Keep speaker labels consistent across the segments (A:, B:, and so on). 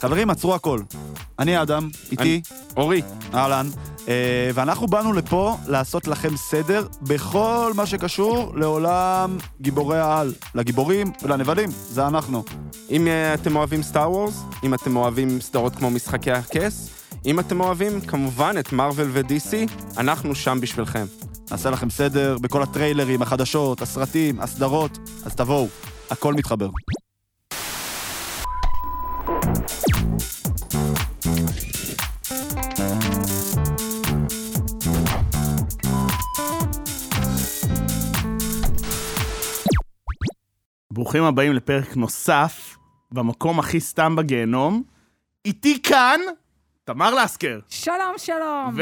A: חברים, עצרו הכל. אני אדם, איתי,
B: אני- אורי,
A: אהלן, אה, ואנחנו באנו לפה לעשות לכם סדר בכל מה שקשור לעולם גיבורי העל, לגיבורים ולנבלים, זה אנחנו.
B: אם אה, אתם אוהבים סטאר וורס, אם אתם אוהבים סדרות כמו משחקי הכס, אם אתם אוהבים כמובן את מארוול ו-DC, אנחנו שם בשבילכם.
A: נעשה לכם סדר בכל הטריילרים, החדשות, הסרטים, הסדרות, אז תבואו, הכל מתחבר.
C: ברוכים הבאים לפרק נוסף, במקום הכי סתם בגיהנום. איתי כאן, תמר לסקר,
D: שלום, שלום.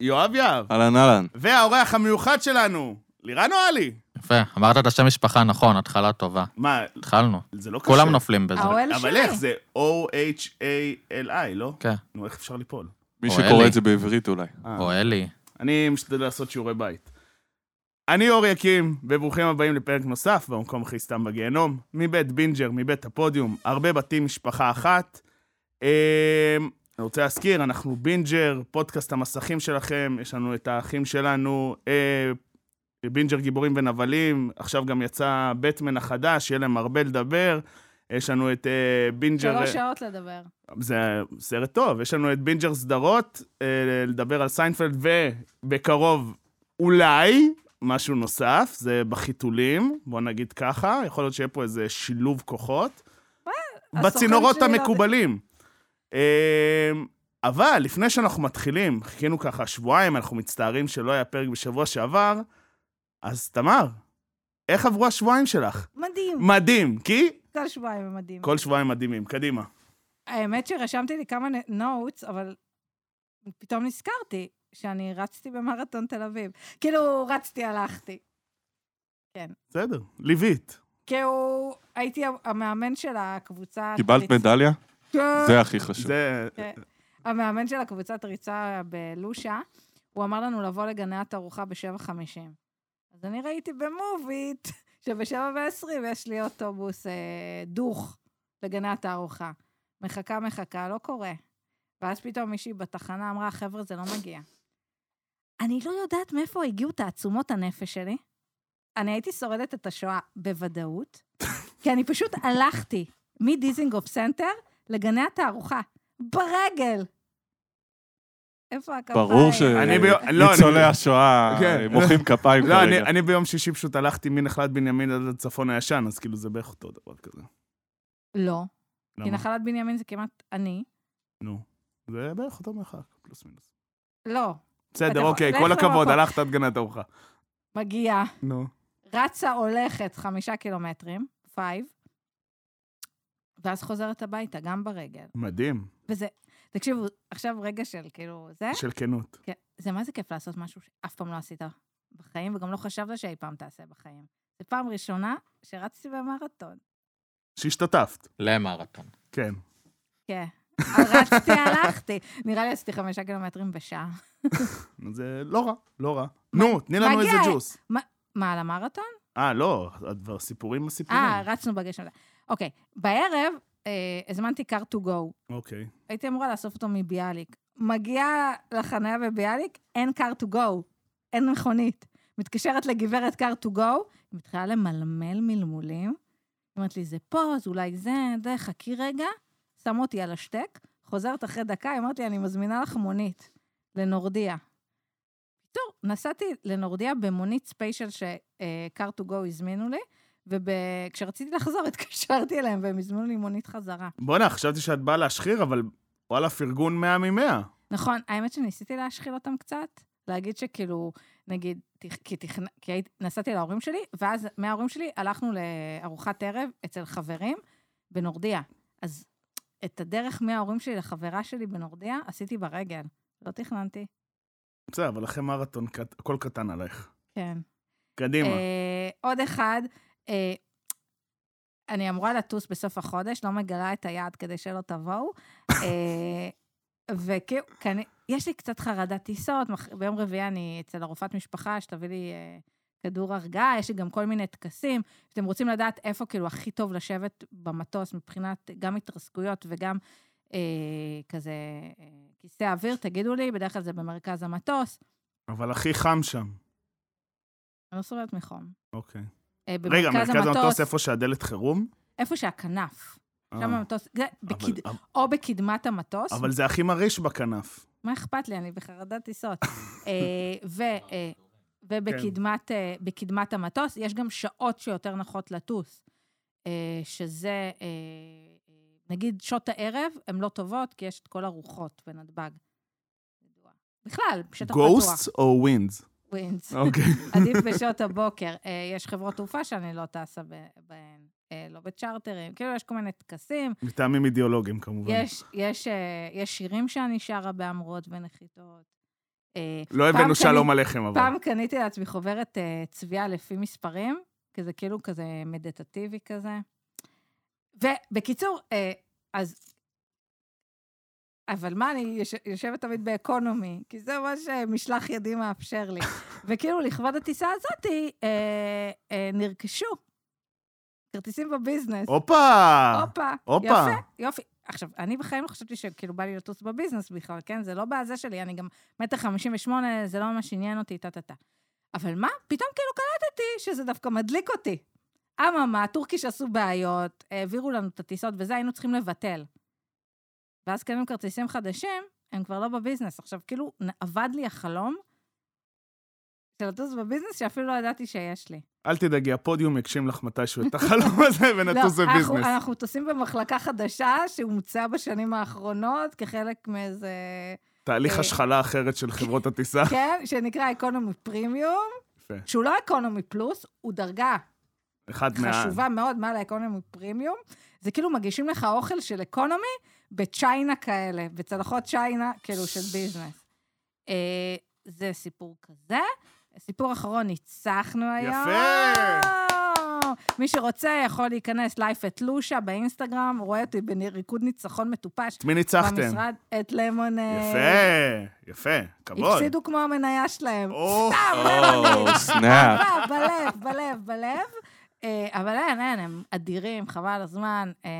C: ויואב יהב,
E: אהלן אהלן.
C: והאורח המיוחד שלנו, לירן אוהלי.
F: יפה, אמרת את השם משפחה נכון, התחלה טובה.
C: מה,
F: התחלנו.
C: זה לא קשה.
F: כולם נופלים בזה.
D: האוהל שלי.
C: אבל איך זה? O-H-A-L-I, לא?
F: כן.
C: נו, איך אפשר ליפול?
E: מי
F: או
E: שקורא
F: אלי.
E: את זה בעברית אולי.
C: אה,
F: או אלי.
C: אני משתדל לעשות שיעורי בית. אני אור יקים, וברוכים הבאים לפרק נוסף במקום הכי סתם בגיהנום, מבית בינג'ר, מבית הפודיום, הרבה בתים, משפחה אחת. אמ, אני רוצה להזכיר, אנחנו בינג'ר, פודקאסט המסכים שלכם, יש לנו את האחים שלנו, אה, בינג'ר גיבורים ונבלים, עכשיו גם יצא בטמן החדש, יהיה להם הרבה לדבר. יש לנו את אה, בינג'ר...
D: שלוש שעות לדבר.
C: זה סרט טוב, יש לנו את בינג'ר סדרות, אה, לדבר על סיינפלד, ובקרוב אולי משהו נוסף, זה בחיתולים, בוא נגיד ככה, יכול להיות שיהיה פה איזה שילוב כוחות, בצינורות
D: הסוכן שלי לא-
C: המקובלים. אה, אבל לפני שאנחנו מתחילים, חיכינו ככה שבועיים, אנחנו מצטערים שלא היה פרק בשבוע שעבר, אז תמר, איך עברו השבועיים שלך?
D: מדהים.
C: מדהים, כי
D: כל שבועיים הם מדהים.
C: כל שבועיים מדהימים, קדימה.
D: האמת שרשמתי לי כמה נוטס, אבל פתאום נזכרתי שאני רצתי במרתון תל אביב. כאילו, רצתי, הלכתי.
C: בסדר, ליבית.
D: כי הוא... הייתי המאמן של הקבוצה...
E: קיבלת מדליה?
D: כן.
E: זה הכי חשוב.
C: זה...
D: כן. המאמן של הקבוצת ריצה בלושה, הוא אמר לנו לבוא לגני התערוכה ב-7.50. אז אני ראיתי במוביט שב-7.20 יש לי אוטובוס אה, דוך לגני התערוכה. מחכה, מחכה, לא קורה. ואז פתאום מישהי בתחנה אמרה, חבר'ה, זה לא מגיע. אני לא יודעת מאיפה הגיעו תעצומות הנפש שלי. אני הייתי שורדת את השואה בוודאות, כי אני פשוט הלכתי מדיזינגוף סנטר לגני התערוכה. ברגל. איפה הכפיים?
E: ברור ש-
C: אני
D: אה,
C: ב... לא,
E: ניצולי
C: אני...
E: השואה
F: אה,
C: כן.
E: מוחאים כפיים
C: לא, אני,
E: כרגע.
C: אני ביום שישי פשוט הלכתי מנחלת בנימין עד הצפון הישן, אז כאילו זה בערך אותו דבר כזה.
D: לא, כי
C: למה?
D: נחלת בנימין זה כמעט אני.
C: נו. זה בערך אותו מרחק, פלוס מינוס.
D: לא,
C: בסדר,
D: אתה-
C: אוקיי,
D: לך
C: כל הכבוד,
D: למקום.
C: הלכת עד גנת ארוחה.
D: מגיעה,
C: נו.
D: רצה, הולכת חמישה קילומטרים, פייב, ואז חוזרת הביתה, גם ברגל.
C: מדהים,
D: וזה, תקשיבו, עכשיו רגע של כאילו, זה,
C: של כנות.
D: כן, זה מה זה כיף לעשות משהו שאף פעם לא עשית בחיים, וגם לא חשבת שאי פעם תעשה בחיים. זו פעם ראשונה שרצתי במרתון.
C: שהשתתפת,
F: למרתון.
C: כן.
D: כן. רצתי, הלכתי. נראה לי עשיתי חמישה קילומטרים בשעה.
C: זה לא רע, לא רע. נו, תני לנו
D: מגיע.
C: איזה ג'וס.
D: מה, על המרתון?
C: אה, לא, הדבר סיפורים הסיפורים.
D: אה, רצנו בגשם. אוקיי, בערב אה, הזמנתי car to go.
C: אוקיי.
D: הייתי אמורה לאסוף אותו מביאליק. מגיע לחניה בביאליק, אין car to go, אין מכונית. מתקשרת לגברת car to go, היא מתחילה למלמל מלמולים. אומרת לי, זה פה, זה אולי זה, זה, חכי רגע. שם אותי על השטק, חוזרת אחרי דקה, היא אומרת לי, אני מזמינה לך מונית לנורדיה. טוב, נסעתי לנורדיה במונית ספיישל ש-car to go הזמינו לי, וכשרציתי לחזור התקשרתי אליהם והם הזמינו לי מונית חזרה.
C: בואנה, חשבתי שאת באה להשחיר, אבל וואלה, פרגון 100 מ-100.
D: נכון, האמת שניסיתי להשחיל אותם קצת, להגיד שכאילו, נגיד, תכ- כי, תכנ... כי היית... נסעתי להורים שלי, ואז מההורים שלי הלכנו לארוחת ערב אצל חברים בנורדיה. אז את הדרך מההורים שלי לחברה שלי בנורדיה עשיתי ברגל. לא תכננתי.
C: בסדר, אבל אחרי מרתון, קט- הכל קטן עלייך.
D: כן.
C: קדימה.
D: אה, עוד אחד, אה, אני אמורה לטוס בסוף החודש, לא מגלה את היעד כדי שלא תבואו. אה, וכאילו, כנ- יש לי קצת חרדת טיסות, מח- ביום רביעי אני אצל הרופאת משפחה, שתביא לי אה, כדור הרגעה, יש לי גם כל מיני טקסים. אתם רוצים לדעת איפה כאילו הכי טוב לשבת במטוס מבחינת גם התרסקויות וגם אה, כזה אה, כיסא אוויר, תגידו לי, בדרך כלל זה במרכז המטוס.
C: אבל הכי חם שם.
D: אני לא סובלת מחום.
C: אוקיי.
D: אה,
C: רגע, מרכז המטוס איפה שהדלת חירום?
D: איפה שהכנף.
C: אה,
D: שם המטוס, זה
C: אבל-
D: בקד...
C: אבל-
D: או בקדמת המטוס.
C: אבל זה הכי מרעיש בכנף.
D: מה אכפת לי? אני בחרדת טיסות. אה, ו... אה,
C: כן.
D: ובקדמת אה, בקדמת המטוס, יש גם שעות שיותר נחות לטוס, אה, שזה, אה, אה, נגיד שעות הערב, הן לא טובות, כי יש את כל הרוחות בנתב"ג. בכלל, בשטח פתוח.
C: גוסטס או ווינדס?
D: ווינדס.
C: אוקיי.
D: עדיף בשעות הבוקר. אה, יש חברות תעופה שאני לא טסה ב- בהן, אה, לא בצ'רטרים, כאילו יש כל מיני טקסים,
C: מטעמים אידיאולוגיים כמובן.
D: יש, יש, אה, יש שירים שאני שרה בהמרות ונחיתות. אה,
C: לא
D: פעם
C: הבאנו
D: קנית-
C: שלום עליכם אבל.
D: פעם קניתי לעצמי חוברת אה, צביעה לפי מספרים, כי זה כאילו כזה מדיטטיבי כזה. ובקיצור, אה, אז... אבל מה, אני יוש- יושבת תמיד באקונומי, כי זה מה שמשלח ידי מאפשר לי. וכאילו, לכבוד הטיסה הזאתי, אה, אה, נרכשו כרטיסים בביזנס.
C: הופה!
D: הופה.
C: הופה.
D: יפה, יופי. עכשיו, אני בחיים לא חשבתי שכאילו בא לי לטוס בביזנס בכלל, כן? זה לא בזה שלי, אני גם מטר 58, זה לא ממש עניין אותי, טה-טה-טה. אבל מה? פתאום כאילו קלטתי שזה דווקא מדליק אותי. אממה, הטורקיש עשו בעיות, העבירו לנו את הטיסות וזה, היינו צריכים לבטל. ואז קנינו כרטיסים חדשים, הם כבר לא בביזנס. עכשיו, כאילו, נ- אבד לי החלום של לטוס בביזנס, שאפילו לא ידעתי שיש לי.
C: אל תדאגי, הפודיום יגשים לך מתישהו את החלום הזה ונטוס
D: לא, אנחנו-
C: בביזנס.
D: אנחנו טוסים במחלקה חדשה שהומצאה בשנים האחרונות כחלק מאיזה...
C: תהליך
D: אה,
C: השחלה אחרת של חברות הטיסה.
D: כן, שנקרא אקונומי פרימיום,
C: יפה.
D: שהוא לא אקונומי פלוס, הוא דרגה
C: אחד מה...
D: חשובה מאוד מעל האקונומי פרימיום. זה כאילו מגישים לך אוכל של אקונומי בצ'יינה כאלה, בצלחות צ'יינה, כאילו של ביזנס. אה, זה סיפור כזה. סיפור אחרון, ניצחנו היום.
C: יפה.
D: מי שרוצה יכול להיכנס לייף את לושה באינסטגרם, רואה אותי בריקוד ניצחון מטופש.
C: את מי ניצחתם?
D: במשרד את למונייד.
C: יפה, יפה, כבוד.
D: הפסידו כמו המניה שלהם.
C: או,
D: סתם,
B: או,
D: למונייד.
B: סנאפ.
D: אה, בלב, בלב, בלב. אה, אבל אין, אין, הם אדירים, חבל על הזמן. אה,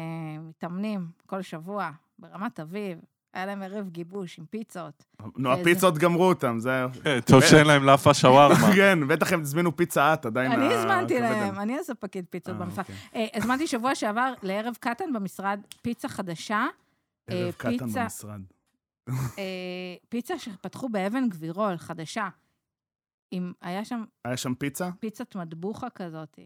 D: מתאמנים כל שבוע ברמת אביב. היה להם ערב גיבוש עם פיצות.
C: נו,
D: איזה-
C: הפיצות גמרו אותם, זה היה...
E: כן, טוב שאין להם לאפה שווארמה.
C: כן, בטח הם הזמינו פיצה את, עדיין...
D: אני
C: ה-
D: הזמנתי
C: הכבד
D: להם,
C: עליהם.
D: אני הספקית פיצות
C: אה,
D: במפעל.
C: אוקיי.
D: אה, הזמנתי שבוע שעבר לערב קטן במשרד פיצה חדשה. אה,
C: ערב קטן
D: פיצה-
C: במשרד.
D: אה, פיצה שפתחו באבן גבירול, חדשה. עם, היה שם
C: היה שם פיצה?
D: פיצת מטבוחה כזאת.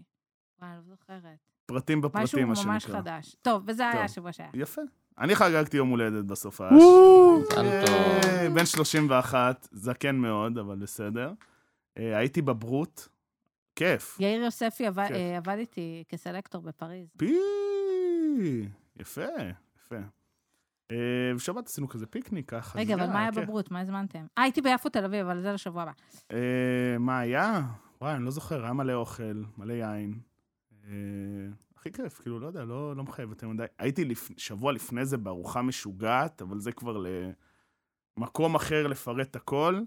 D: וואי, אני לא זוכרת.
C: פרטים
D: משהו
C: בפרטים, מה
D: ממש
C: שנקרא.
D: חדש. טוב, וזה
C: טוב.
D: היה השבוע שהיה.
C: יפה. אני חגגתי יום הולדת בסוף האש.
F: מזל טוב.
C: אה, בן 31, זקן מאוד, אבל בסדר. אה, הייתי בברוט, כיף.
D: יאיר יוספי עבד,
C: כן.
D: אה, עבד איתי כסלקטור בפריז.
C: פי... יפה, יפה. אה, בשבת עשינו כזה פיקניק ככה.
D: רגע, אבל
C: חגיגה,
D: מה היה
C: כיף.
D: בברוט? מה הזמנתם? אה, הייתי ביפו תל אביב, אבל זה לשבוע הבא.
C: אה, מה היה? וואי, אני לא זוכר, היה מלא אוכל, מלא יין. אה, הכי כיף, כאילו, לא יודע, לא, לא מחייב יותר מדי. הייתי לפ... שבוע לפני זה בארוחה משוגעת, אבל זה כבר למקום אחר לפרט הכל.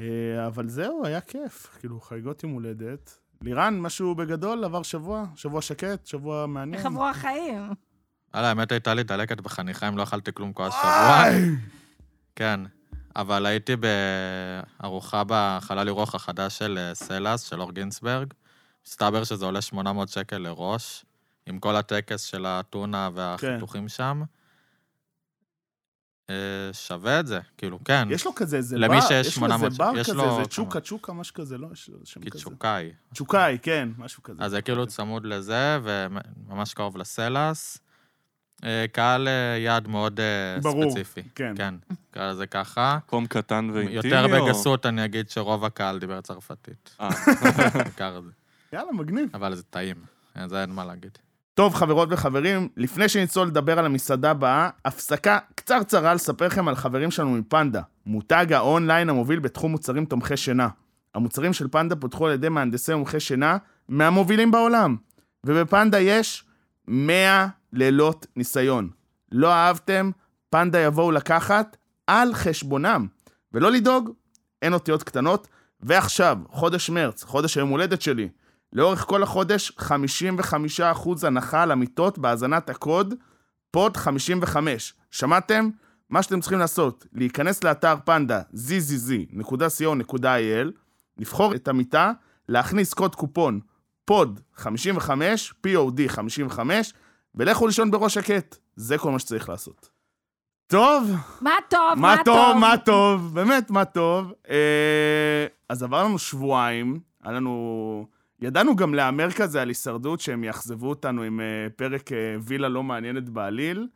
C: אה, אבל זהו, היה כיף, כאילו, חגיגות יום הולדת. לירן, משהו בגדול, עבר שבוע, שבוע שקט, שבוע מעניין.
D: איך עברו החיים?
F: וואלה, האמת הייתה לי דלקת בחניכיים, לא אכלתי כלום כל השבוע. כן. אבל הייתי בארוחה בחלל אירוח החדש של אה, סלאס, של אור גינסברג. מסתבר שזה עולה 800 שקל לראש, עם כל הטקס של הטונה והחיתוכים
C: כן.
F: שם. אה, שווה את זה, כאילו, כן.
C: יש לו כזה איזה בר,
F: למי שיש
C: יש לו איזה
F: 800,
C: בר
F: יש
C: כזה,
F: לו
C: איזה
F: כמה.
C: צ'וקה צ'וקה, משהו כזה, לא? יש לו שם כזה.
F: קיצ'וקאי.
C: צ'וקאי, כן, משהו כזה.
F: אז זה כאילו צמוד לזה, וממש קרוב לסלאס. אה, קהל אה, יעד מאוד אה,
C: ברור,
F: ספציפי.
C: כן.
F: כן, נקרא לזה ככה.
E: מקום קטן ואינטימי.
F: יותר
E: או-
F: בגסות אני אגיד שרוב הקהל דיבר צרפתית.
E: אה.
F: בעיקר זה.
C: יאללה, מגניב.
F: אבל זה טעים, אה, זה אין מה להגיד.
C: טוב, חברות וחברים, לפני שנצלול לדבר על המסעדה הבאה, הפסקה קצרצרה לספר לכם על חברים שלנו מפנדה, מותג האונליין המוביל בתחום מוצרים תומכי שינה. המוצרים של פנדה פותחו על ידי מהנדסי מומחי שינה מהמובילים בעולם. ובפנדה יש 100 לילות ניסיון. לא אהבתם, פנדה יבואו לקחת על חשבונם. ולא לדאוג, אין אותיות קטנות. ועכשיו, חודש מרץ, חודש היום הולדת שלי, לאורך כל החודש, 55% הנחה על המיטות בהאזנת הקוד פוד 55. שמעתם? מה שאתם צריכים לעשות, להיכנס לאתר פנדה zzz.co.il, לבחור את המיטה, להכניס קוד קופון פוד 55, POD 55, ולכו לישון בראש שקט. זה כל מה שצריך לעשות. טוב,
D: מה טוב,
C: מה טוב, מה טוב, באמת, מה טוב. אה, אז עבר לנו שבועיים, היה לנו... ידענו גם להמר כזה על הישרדות, שהם יאכזבו אותנו עם אה, פרק אה, וילה לא מעניינת בעליל.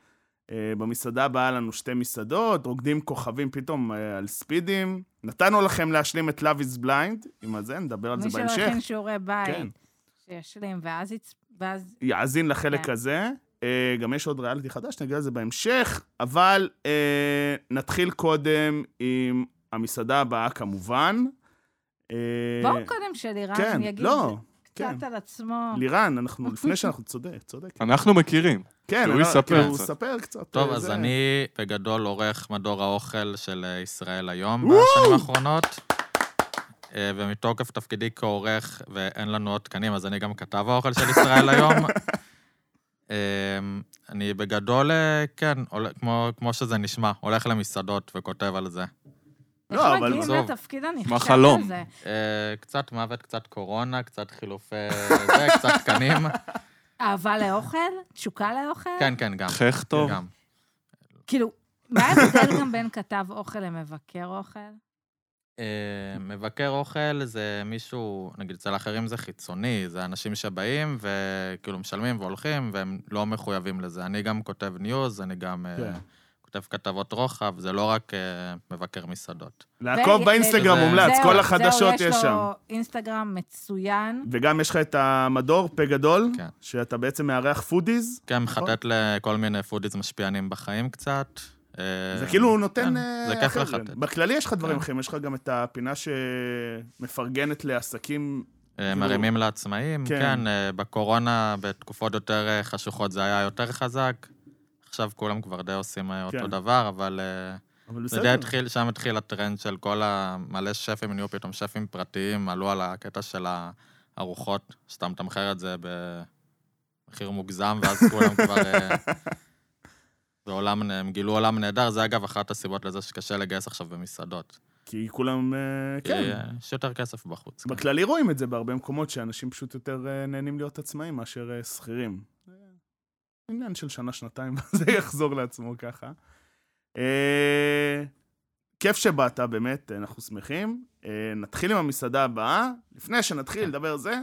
C: אה, במסעדה הבאה לנו שתי מסעדות, רוקדים כוכבים פתאום אה, על ספידים. נתנו לכם להשלים את Love is Blind, עם הזה, נדבר על זה
D: מי שלא
C: בהמשך.
D: הכין שיעורי
C: כן.
D: בית, שישלים, ואז יצ- ואז
C: יאזין לחלק
D: כן.
C: הזה. אה, גם יש עוד ריאליטי חדש, נגיע לזה בהמשך, אבל אה, נתחיל קודם עם המסעדה הבאה כמובן. אה,
D: בואו קודם שלירן
C: כן,
D: יגיד
C: לא, כן.
D: קצת על עצמו.
C: לירן, אנחנו לפני שאנחנו צודק, צודק.
E: אנחנו מכירים.
C: כן,
E: שהוא
C: אבל-
E: יספר
C: כן, הוא
E: קצת.
C: יספר קצת.
F: טוב,
C: אה,
F: אז
C: זה.
F: אני בגדול עורך מדור האוכל של אה, ישראל היום בשנים האחרונות, אה, ומתוקף תפקידי כעורך, ואין לנו עוד תקנים, אז אני גם כתב האוכל של ישראל היום. אה, אני בגדול, אה, כן, הול- כמו- כמו שזה נשמע, הולך למסעדות וכותב על זה.
D: איך
C: לא, אבל
D: מגיעים
F: עזוב.
D: לתפקיד הנכשל
E: מה חלום?
D: הזה?
F: אה, קצת מוות, קצת קורונה, קצת חילופי... אה, זה, קצת תקנים.
D: אהבה לאוכל? תשוקה לאוכל?
F: כן, כן, גם.
E: חייך טוב.
F: גם.
E: כן.
D: כאילו, מה ההבדל גם בין כתב אוכל למבקר אוכל?
F: אה, מבקר אוכל זה מישהו, נגיד אצל אחרים זה חיצוני, זה אנשים שבאים וכאילו משלמים והולכים והם לא מחויבים לזה. אני גם כותב ניוז, אני גם אה,
C: כן.
F: כותב כתבות רוחב, זה לא רק אה, מבקר מסעדות.
C: לעקוב
D: ו-
C: באינסטגרם
F: זה-
C: מומלץ,
D: זהו,
C: כל
D: זהו,
C: החדשות יש שם.
D: לו אינסטגרם מצוין.
C: וגם יש לך את המדור, פה גדול,
F: כן.
C: שאתה בעצם מארח פודיז.
F: כן, מחטט לכל מיני פודיז משפיענים בחיים קצת. אה,
C: זה כאילו נותן...
F: כן,
C: אה,
F: זה כיף
C: אחר.
F: לחטט.
C: בכללי יש לך דברים
F: כן.
C: אחרים, יש לך גם את הפינה שמפרגנת לעסקים
F: אה,
C: כאילו-
F: מרימים לעצמאים,
C: כן.
F: כן, אה, בקורונה, בתקופות יותר אה, חשוכות זה היה יותר חזק. עכשיו כולם כבר די עושים אה,
C: כן.
F: אותו דבר, אבל... אה,
C: אבל
F: זה די
C: בסדר.
F: התחיל, שם התחיל הטרנד של כל המלא שפים, נהיו פתאום שפים פרטיים, עלו על הקטע של הארוחות, שאתה מתמחר את זה במחיר מוגזם, ואז כולם כבר... אה, זה עולם, הם גילו עולם נהדר, זה אגב אחת הסיבות לזה שקשה לגייס עכשיו במסעדות.
C: כי כולם, אה,
F: כי
C: כן.
F: יש יותר כסף בחוץ. כן.
C: בכללי רואים את זה בהרבה מקומות, שאנשים פשוט יותר אה, נהנים להיות עצמאים מאשר אה, שכירים. זה עניין של שנה-שנתיים, זה יחזור לעצמו ככה. אה, כיף שבאת, באמת, אנחנו שמחים. אה, נתחיל עם המסעדה הבאה. לפני
F: כן.
C: שנתחיל לדבר על זה,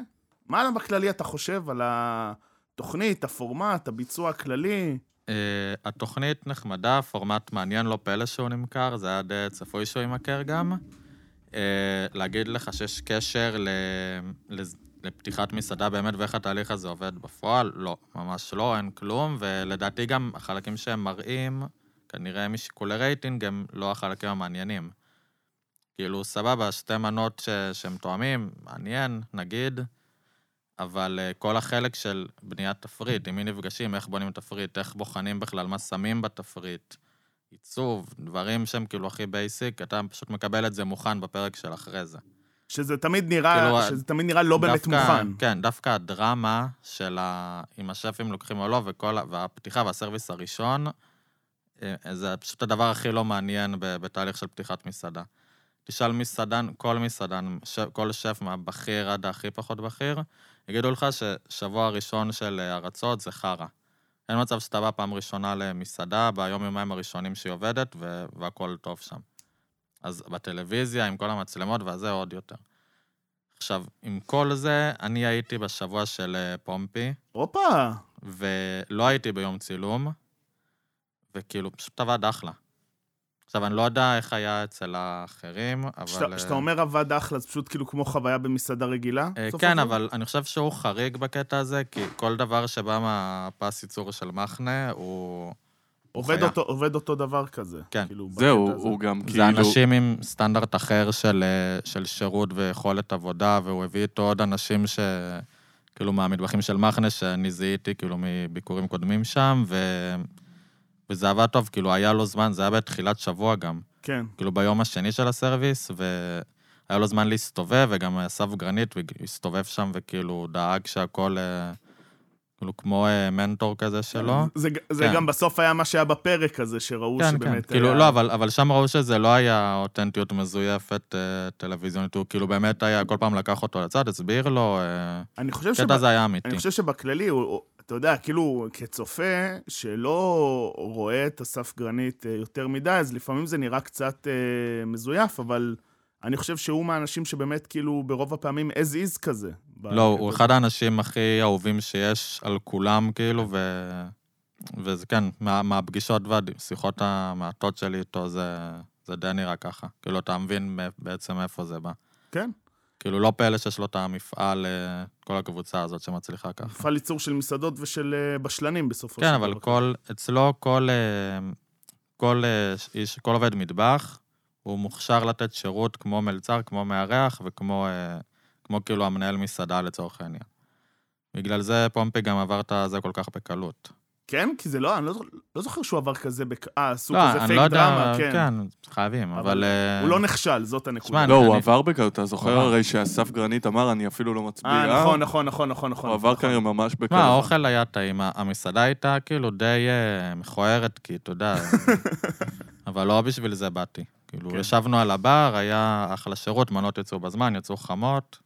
C: מה בכללי אתה חושב על התוכנית, הפורמט, הביצוע הכללי?
F: אה, התוכנית נחמדה, פורמט מעניין, לא פלא שהוא נמכר, זה היה די צפוי שהוא יימכר גם. אה, להגיד לך שיש קשר ל... לז- לפתיחת מסעדה באמת ואיך התהליך הזה עובד בפועל? לא, ממש לא, אין כלום, ולדעתי גם החלקים שהם מראים, כנראה משיקולי רייטינג, הם לא החלקים המעניינים. כאילו, סבבה, שתי מנות ש... שהם תואמים, מעניין, נגיד, אבל אה, כל החלק של בניית תפריט, עם מי נפגשים, איך בונים תפריט, איך בוחנים בכלל, מה שמים בתפריט, עיצוב, דברים שהם כאילו הכי בייסיק, אתה פשוט מקבל את זה מוכן בפרק של אחרי זה.
C: שזה תמיד נראה,
F: כאילו,
C: שזה תמיד נראה לא באמת
F: דווקא-
C: מוכן.
F: כן, דווקא הדרמה של ה... אם השפים לוקחים או לא, וכל ה... והפתיחה והסרוויס הראשון, אה, זה פשוט הדבר הכי לא מעניין ב- בתהליך של פתיחת מסעדה. תשאל מסעדן, כל מסעדן, ש... כל שף מהבכיר עד הכי פחות בכיר, יגידו לך ששבוע הראשון של אה, הרצות זה חרא. אין מצב שאתה בא פעם ראשונה למסעדה, ביום יומיים הראשונים שהיא עובדת, ו... והכול טוב שם. אז בטלוויזיה, עם כל המצלמות, וזה עוד יותר. עכשיו, עם כל זה, אני הייתי בשבוע של אה, פומפי,
C: הופה!
F: ולא הייתי ביום צילום, וכאילו, פשוט עבד אחלה. עכשיו, אני לא יודע איך היה אצל האחרים, אבל...
C: כשאתה
F: אה,
C: כשאתה אומר עבד אחלה, זה פשוט כאילו כמו חוויה במסעדה רגילה?
F: אה,
C: סוף
F: כן,
C: סוף?
F: אבל אני חושב שהוא חריג בקטע הזה, כי כל דבר שבא מהפס ייצור של מחנה, הוא...
C: עובד
F: חיה.
C: אותו, עובד אותו דבר כזה.
F: כן.
C: כאילו, בקטע
E: זהו,
C: הזה.
E: הוא גם
F: זה
E: כאילו...
F: אנשים עם סטנדרט אחר של, אה, של שירות ויכולת עבודה, והוא הביא איתו עוד אנשים ש... כאילו מהמטבחים של מחנה, שאני זיהיתי כאילו מביקורים קודמים שם, ו... וזה עבד טוב, כאילו היה לו זמן, זה היה בתחילת שבוע גם,
C: כן.
F: כאילו ביום השני של הסרוויס, והיה לו זמן להסתובב, וגם אסף גרנית והסתובב שם וכאילו דאג שהכל... אה, כאילו כמו אה, מנטור כזה שלו.
C: זה, זה
F: כן.
C: גם בסוף היה מה שהיה בפרק הזה, שראו
F: כן,
C: שבאמת... אה,
F: כן,
C: היה...
F: כאילו, לא, אבל, אבל שם ראו שזה לא היה אותנטיות מזויפת אה, טלוויזיונית, הוא כאילו באמת היה, כל פעם לקח אותו לצד, הסביר לו, אה,
C: אני חושב
F: הקטע הזה היה אמיתי.
C: אני חושב שבכללי, הוא, הוא- אתה יודע, כאילו, כצופה שלא רואה את אסף גרנית אה, יותר מדי, אז לפעמים זה נראה קצת אה, מזויף, אבל אני חושב שהוא מהאנשים שבאמת, כאילו, ברוב הפעמים as is כזה.
F: לא, הוא
C: בקטע
F: אחד האנשים הכי אהובים שיש על כולם, כאילו, ו... וזה כן, מה, מהפגישות והשיחות המעטות שלי איתו, זה, זה די נראה ככה. כאילו, אתה מבין מא- בעצם מאיפה זה בא.
C: כן.
F: כאילו, לא פלא שיש לו את המפעל, אה, כל הקבוצה הזאת שמצליחה ככה.
C: מפעל ייצור של מסעדות ושל אה, בשלנים בסופו
F: כן,
C: של
F: אבל כל, אצלו כל, אה, כל אה, איש, כל עובד מטבח, הוא מוכשר לתת שירות כמו מלצר, כמו מארח וכמו אה, כמו כאילו המנהל מסעדה לצורך העניין. בגלל זה פומפי גם עבר את זה כל כך בקלות.
C: כן, כי זה לא, אני לא, זוכ- לא זוכר שהוא עבר כזה, בק... אה, עשו
F: לא,
C: כזה
F: אני
C: פייק
F: לא יודע,
C: דרמה, כן.
F: כן. חייבים,
C: אבל
F: אבל... אה,
C: הוא לא נכשל, זאת הנקודה.
F: שמע,
E: לא, הוא
F: אני-
E: עבר בקלות, אתה זוכר
F: הוא עבר.
E: הרי שאסף גרנית אמר, אני אפילו לא מצביע.
C: אה, נכון, נכון, נכון, נכון, נכון.
E: הוא עבר
C: נכון.
E: כנראה ממש בקלות.
F: מה, האוכל היה טעים, המסעדה הייתה כאילו די אה, מכוערת, כי אתה יודע, אבל לא בשביל זה באתי. כאילו,
C: כן.
F: ישבנו על הבר, היה אחלה שירות, מנות יצאו בזמן, יצאו חמות.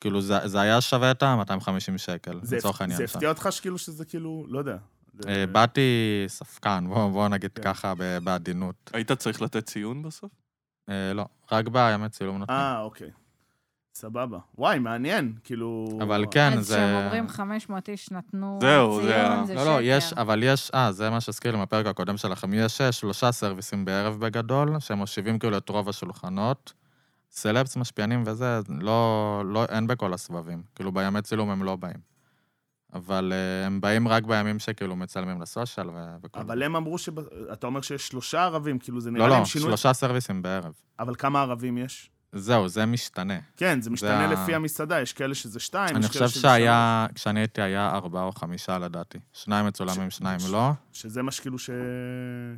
F: כאילו, זה זה היה שווה את ה-250 שקל,
C: זה-
F: לצורך העניין.
C: זה
F: שם.
C: הפתיע אותך שכאילו שזה כאילו, לא יודע. זה-
F: אה, באתי ספקן, בואו בוא נגיד
C: כן.
F: ככה ב- בעדינות.
E: היית צריך לתת ציון בסוף?
F: אה, לא, רק בימי צילום נותנים.
C: אה, אוקיי. סבבה. וואי, מעניין, כאילו...
F: אבל כן,
D: אז
F: זה...
D: כשהם אומרים 500 איש נתנו
E: זהו, זה
D: ציון,
E: ה-
D: זה
F: לא,
D: שקר.
F: לא, יש, אבל יש, אה, זה מה שהזכיר מהפרק הקודם שלכם, יש אה, שלושה סרוויסים בערב בגדול, שהם מושיבים כאילו את רוב השולחנות. סלבס, משפיענים וזה, לא, לא, אין בכל הסבבים. כאילו, בימי צילום הם לא באים. אבל אה, הם באים רק בימים שכאילו מצלמים לסושיאל ו- וכל
C: אבל הם אמרו ש... אתה אומר שיש שלושה ערבים, כאילו זה נראה
F: לא, לא,
C: להם שינוי...
F: שלושה סרוויסים בערב.
C: אבל כמה ערבים יש?
F: זהו, זה משתנה.
C: כן, זה משתנה
F: ה-
C: לפי המסעדה, יש כאלה שזה שתיים,
F: אני
C: יש כאלה
F: חושב
C: שזה שלוש.
F: שהיה, כשאני הייתי היה ארבעה או חמישה לדעתי. שניים מצולמים, שניים לא.
C: שזה מה שכאילו ש...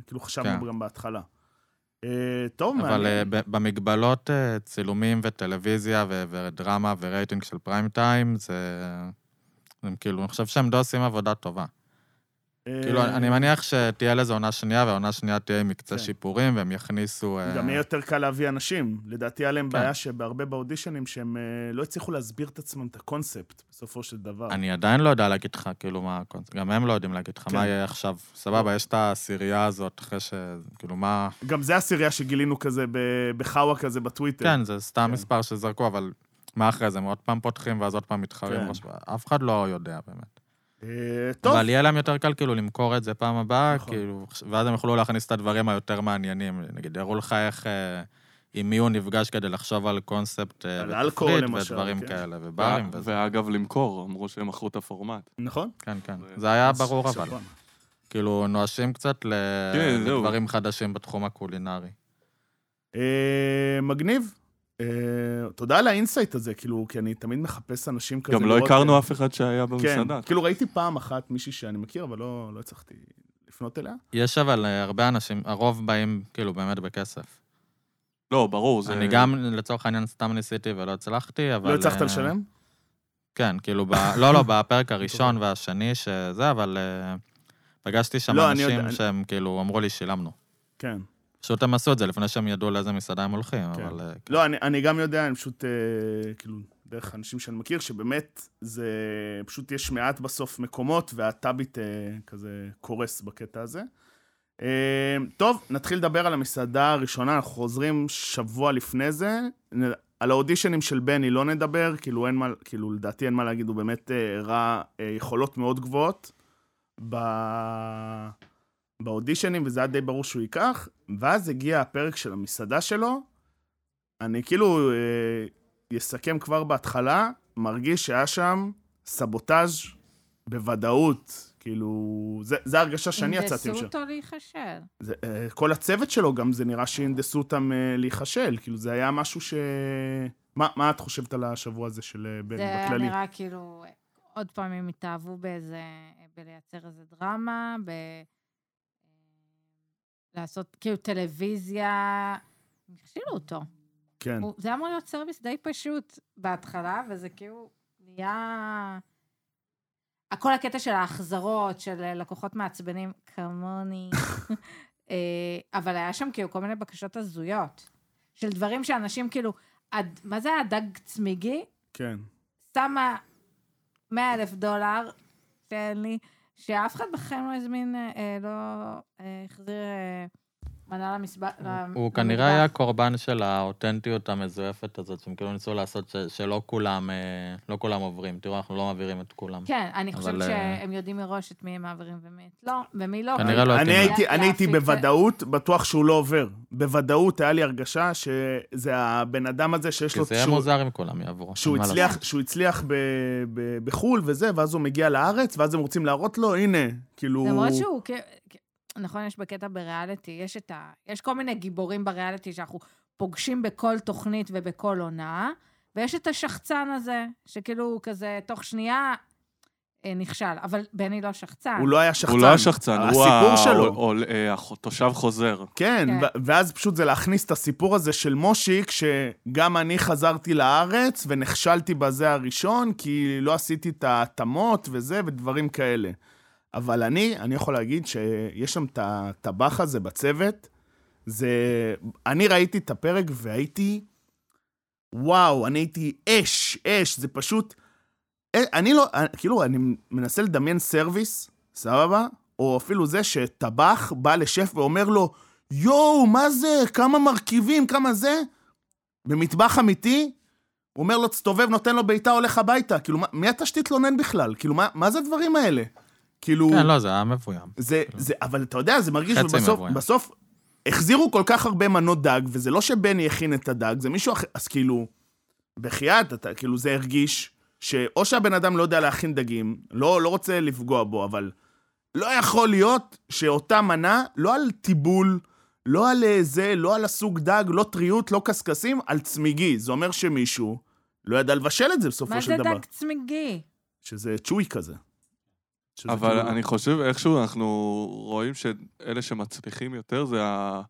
C: כאילו
F: כן.
C: חשבנו גם בהתחלה. אה, טוב,
F: אבל אה,
C: מעניין.
F: ב- במגבלות אה, צילומים וטלוויזיה ו- ודרמה ורייטינג של פריים טיים, זה... הם כאילו, אני חושב שהם די עושים עבודה טובה.
C: אה,
F: כאילו, אני אני מניח שתהיה לזה עונה שנייה, והעונה שנייה תהיה עם מקצה
C: כן.
F: שיפורים, והם יכניסו... אה,
C: גם יהיה יותר קל להביא אנשים. לדעתי היה
F: כן.
C: להם בעיה שבהרבה באודישנים שהם אה, לא הצליחו להסביר את עצמם את הקונספט, בסופו של דבר.
F: אני עדיין לא יודע להגיד לך, כאילו, מה... הקונס- גם הם לא יודעים להגיד לך,
C: כן.
F: מה יהיה עכשיו. סבבה, יש את העשירייה הזאת, אחרי ש... כאילו, מה...
C: גם זה עשירייה שגילינו כזה ב- בחאווה כזה בטוויטר.
F: כן, זה סתם
C: כן.
F: מספר שזרקו, אבל מה אחרי זה? הם עוד פעם פותחים ואז עוד פעם מתחרים.
C: כן.
F: ראש- אף אחד לא יודע באמת.
C: אה, טוב.
F: טוב. אבל יהיה להם יותר קל כאילו למכור את זה פעם הבאה,
C: נכון.
F: נכון. כאילו, ואז הם יוכלו להכניס את הדברים היותר מעניינים. נגיד, יראו לך איך, אה, עם מי הוא נפגש כדי לחשוב על קונספט אה,
C: על
F: ותפריט
C: אלכוהול למשל,
F: ודברים
C: כן.
F: כאלה, וברים וזה.
E: ואגב, למכור, אמרו שהם מכרו את הפורמט.
C: נכון.
F: כן, כן.
E: זה- נכון.
F: זה היה ברור אבל.
C: סבבה.
F: כאילו, נואשים קצת ל...
E: כן, זהו.
F: לדברים חדשים בתחום הקולינרי.
C: אה, מגניב. אה, תודה על האינסייט הזה, כאילו, כי אני תמיד מחפש אנשים כזה.
E: גם לא
C: לראות-
E: הכרנו אף אחד שהיה
C: כן,
E: במסעדה.
C: כאילו ראיתי פעם אחת מישהי שאני מכיר, אבל לא לא הצלחתי לפנות אליה.
F: יש אבל אה, הרבה אנשים, הרוב באים כאילו באמת בכסף.
E: לא, ברור, זה...
F: אני גם, לצורך העניין, סתם ניסיתי ולא הצלחתי, אבל...
C: לא הצלחת
F: אה,
C: לשלם?
F: כן, כאילו, ב... לא, לא, בפרק הראשון והשני שזה, אבל אה, פגשתי שם
C: לא, אני יודע,
F: אנשים
C: אני-
F: שהם כאילו אמרו לי, שילמנו.
C: כן.
F: פשוט הם עשו את זה לפני שהם ידעו לאיזה מסעדה הם הולכים,
C: כן.
F: אבל... אה, כן.
C: לא, אני- אני גם יודע, אני פשוט, אה, כאילו, דרך אנשים שאני מכיר, שבאמת, זה... פשוט יש מעט בסוף מקומות, והטאביט אה, כזה קורס בקטע הזה. אה, טוב, נתחיל לדבר על המסעדה הראשונה, אנחנו חוזרים שבוע לפני זה. נ- על האודישנים של בני לא נדבר, כאילו אין מה, כאילו לדעתי אין מה להגיד, הוא באמת אה, הראה אה, יכולות מאוד גבוהות ב... באודישנים, וזה היה די ברור שהוא ייקח. ואז הגיע הפרק של המסעדה שלו, אני כאילו אה, אסכם כבר בהתחלה, מרגיש שהיה שם סבוטאז' בוודאות. כאילו, זה, זה הרגשה שאני יצאתי
D: הנדסו
C: משם.
D: אותו להיכשל.
C: זה, אה, כל הצוות שלו גם, זה נראה שהנדסו אותם אה, להיכשל. כאילו, זה היה משהו ש... מה, מה את חושבת על השבוע הזה של אה, בני
D: זה היה
C: בכללי?
D: נראה כאילו, עוד פעם הם התאהבו באיזה, בלייצר איזה דרמה, ב... אה, לעשות כאילו טלוויזיה. הם הכשילו אותו.
C: כן.
D: הוא- זה אמור להיות סרוויס די פשוט בהתחלה, וזה כאילו נהיה... כל הקטע של ההחזרות, של אה, לקוחות מעצבנים, כמוני. אה, אבל היה שם כאילו כל מיני בקשות הזויות, של דברים שאנשים כאילו, הד- מה זה הדג צמיגי?
C: כן.
D: שמה 100 אלף דולר, שאין לי, שאף אחד בחיים לא הזמין, אה, אה, לא אה, החזיר אה, מנה למסבח.
F: הוא כנראה היה קורבן של האותנטיות המזויפת הזאת, שהם כאילו ניסו לעשות ש- שלא כולם, אה, לא כולם עוברים. תראו, אנחנו לא מעבירים את כולם.
D: כן, אני חושבת
F: אבל, אה,
D: שהם יודעים מראש את מי הם מעבירים ומי את לא, ומי לא.
F: כנראה לא
C: אני
F: התאים
C: הייתי,
D: לה.
C: אני הייתי
D: להפיק את-
C: בוודאות בטוח שהוא לא עובר. בוודאות היה לי הרגשה שזה הבן אדם הזה שיש
F: כי
C: לו...
F: זה יהיה
C: שהוא-
F: מוזר אם כולם יעברו.
C: שהוא
F: אין מה
C: הצליח, שהוא הצליח ב, ב, בחו"ל וזה, ואז הוא מגיע לארץ, ואז הם רוצים להראות לו, הנה, כאילו...
D: למרות שהוא, כ- כ- נכון, יש בקטע בריאליטי, יש את ה... יש כל מיני גיבורים בריאליטי שאנחנו פוגשים בכל תוכנית ובכל עונה, ויש את השחצן הזה, שכאילו הוא כזה, תוך שנייה אה, נכשל. אבל בני לא שחצן.
C: הוא לא היה שחצן.
E: הוא לא היה שחצן, הוא
C: הסיפור
E: ה-
C: שלו.
E: הוא- הוא- אה, הח- תושב חוזר.
C: כן,
D: כן.
C: ו- ואז פשוט זה להכניס את הסיפור הזה של מושיק, שגם אני חזרתי לארץ ונכשלתי בזה הראשון, כי לא עשיתי את ההתאמות וזה ודברים כאלה. אבל אני, אני יכול להגיד שיש שם את הטבח הזה בצוות. זה... אני ראיתי את הפרק והייתי... וואו, אני הייתי אש, אש, זה פשוט... אה, אני לא... אה, כאילו, אני מנסה לדמיין סרוויס, סבבה? או אפילו זה שטבח בא לשף ואומר לו, יואו, מה זה? כמה מרכיבים, כמה זה? במטבח אמיתי, הוא אומר לו, תסתובב, נותן לו בעיטה, הולך הביתה. כאילו, מה, מי אתה שתתלונן בכלל? כאילו, מה, מה זה הדברים האלה? כאילו...
F: לעשות. כן, לא, זה היה מבוים.
C: זה, זה, אבל אתה יודע, זה מרגיש,
F: חצי
C: ובסוף,
F: מהבוים.
C: בסוף, החזירו כל כך הרבה מנות דג, וזה לא שבני הכין את הדג, זה מישהו אחר, אז כאילו, בחייאת, אתה, כאילו, זה הרגיש, שאו שהבן אדם לא יודע להכין דגים, לא, לא רוצה לפגוע בו, אבל לא יכול להיות שאותה מנה, לא על טיבול, לא על אה, זה, לא על הסוג דג, לא טריות, לא קשקשים, על צמיגי. זה אומר שמישהו לא ידע לבשל את זה
D: מה
C: בסופו
D: זה
C: של דבר.
D: דג צמיגי?
C: שזה צ'וי כזה. שזה
E: אבל
C: כאילו-
E: אני חושב, איכשהו אנחנו רואים שאלה שמצליחים יותר זה ה...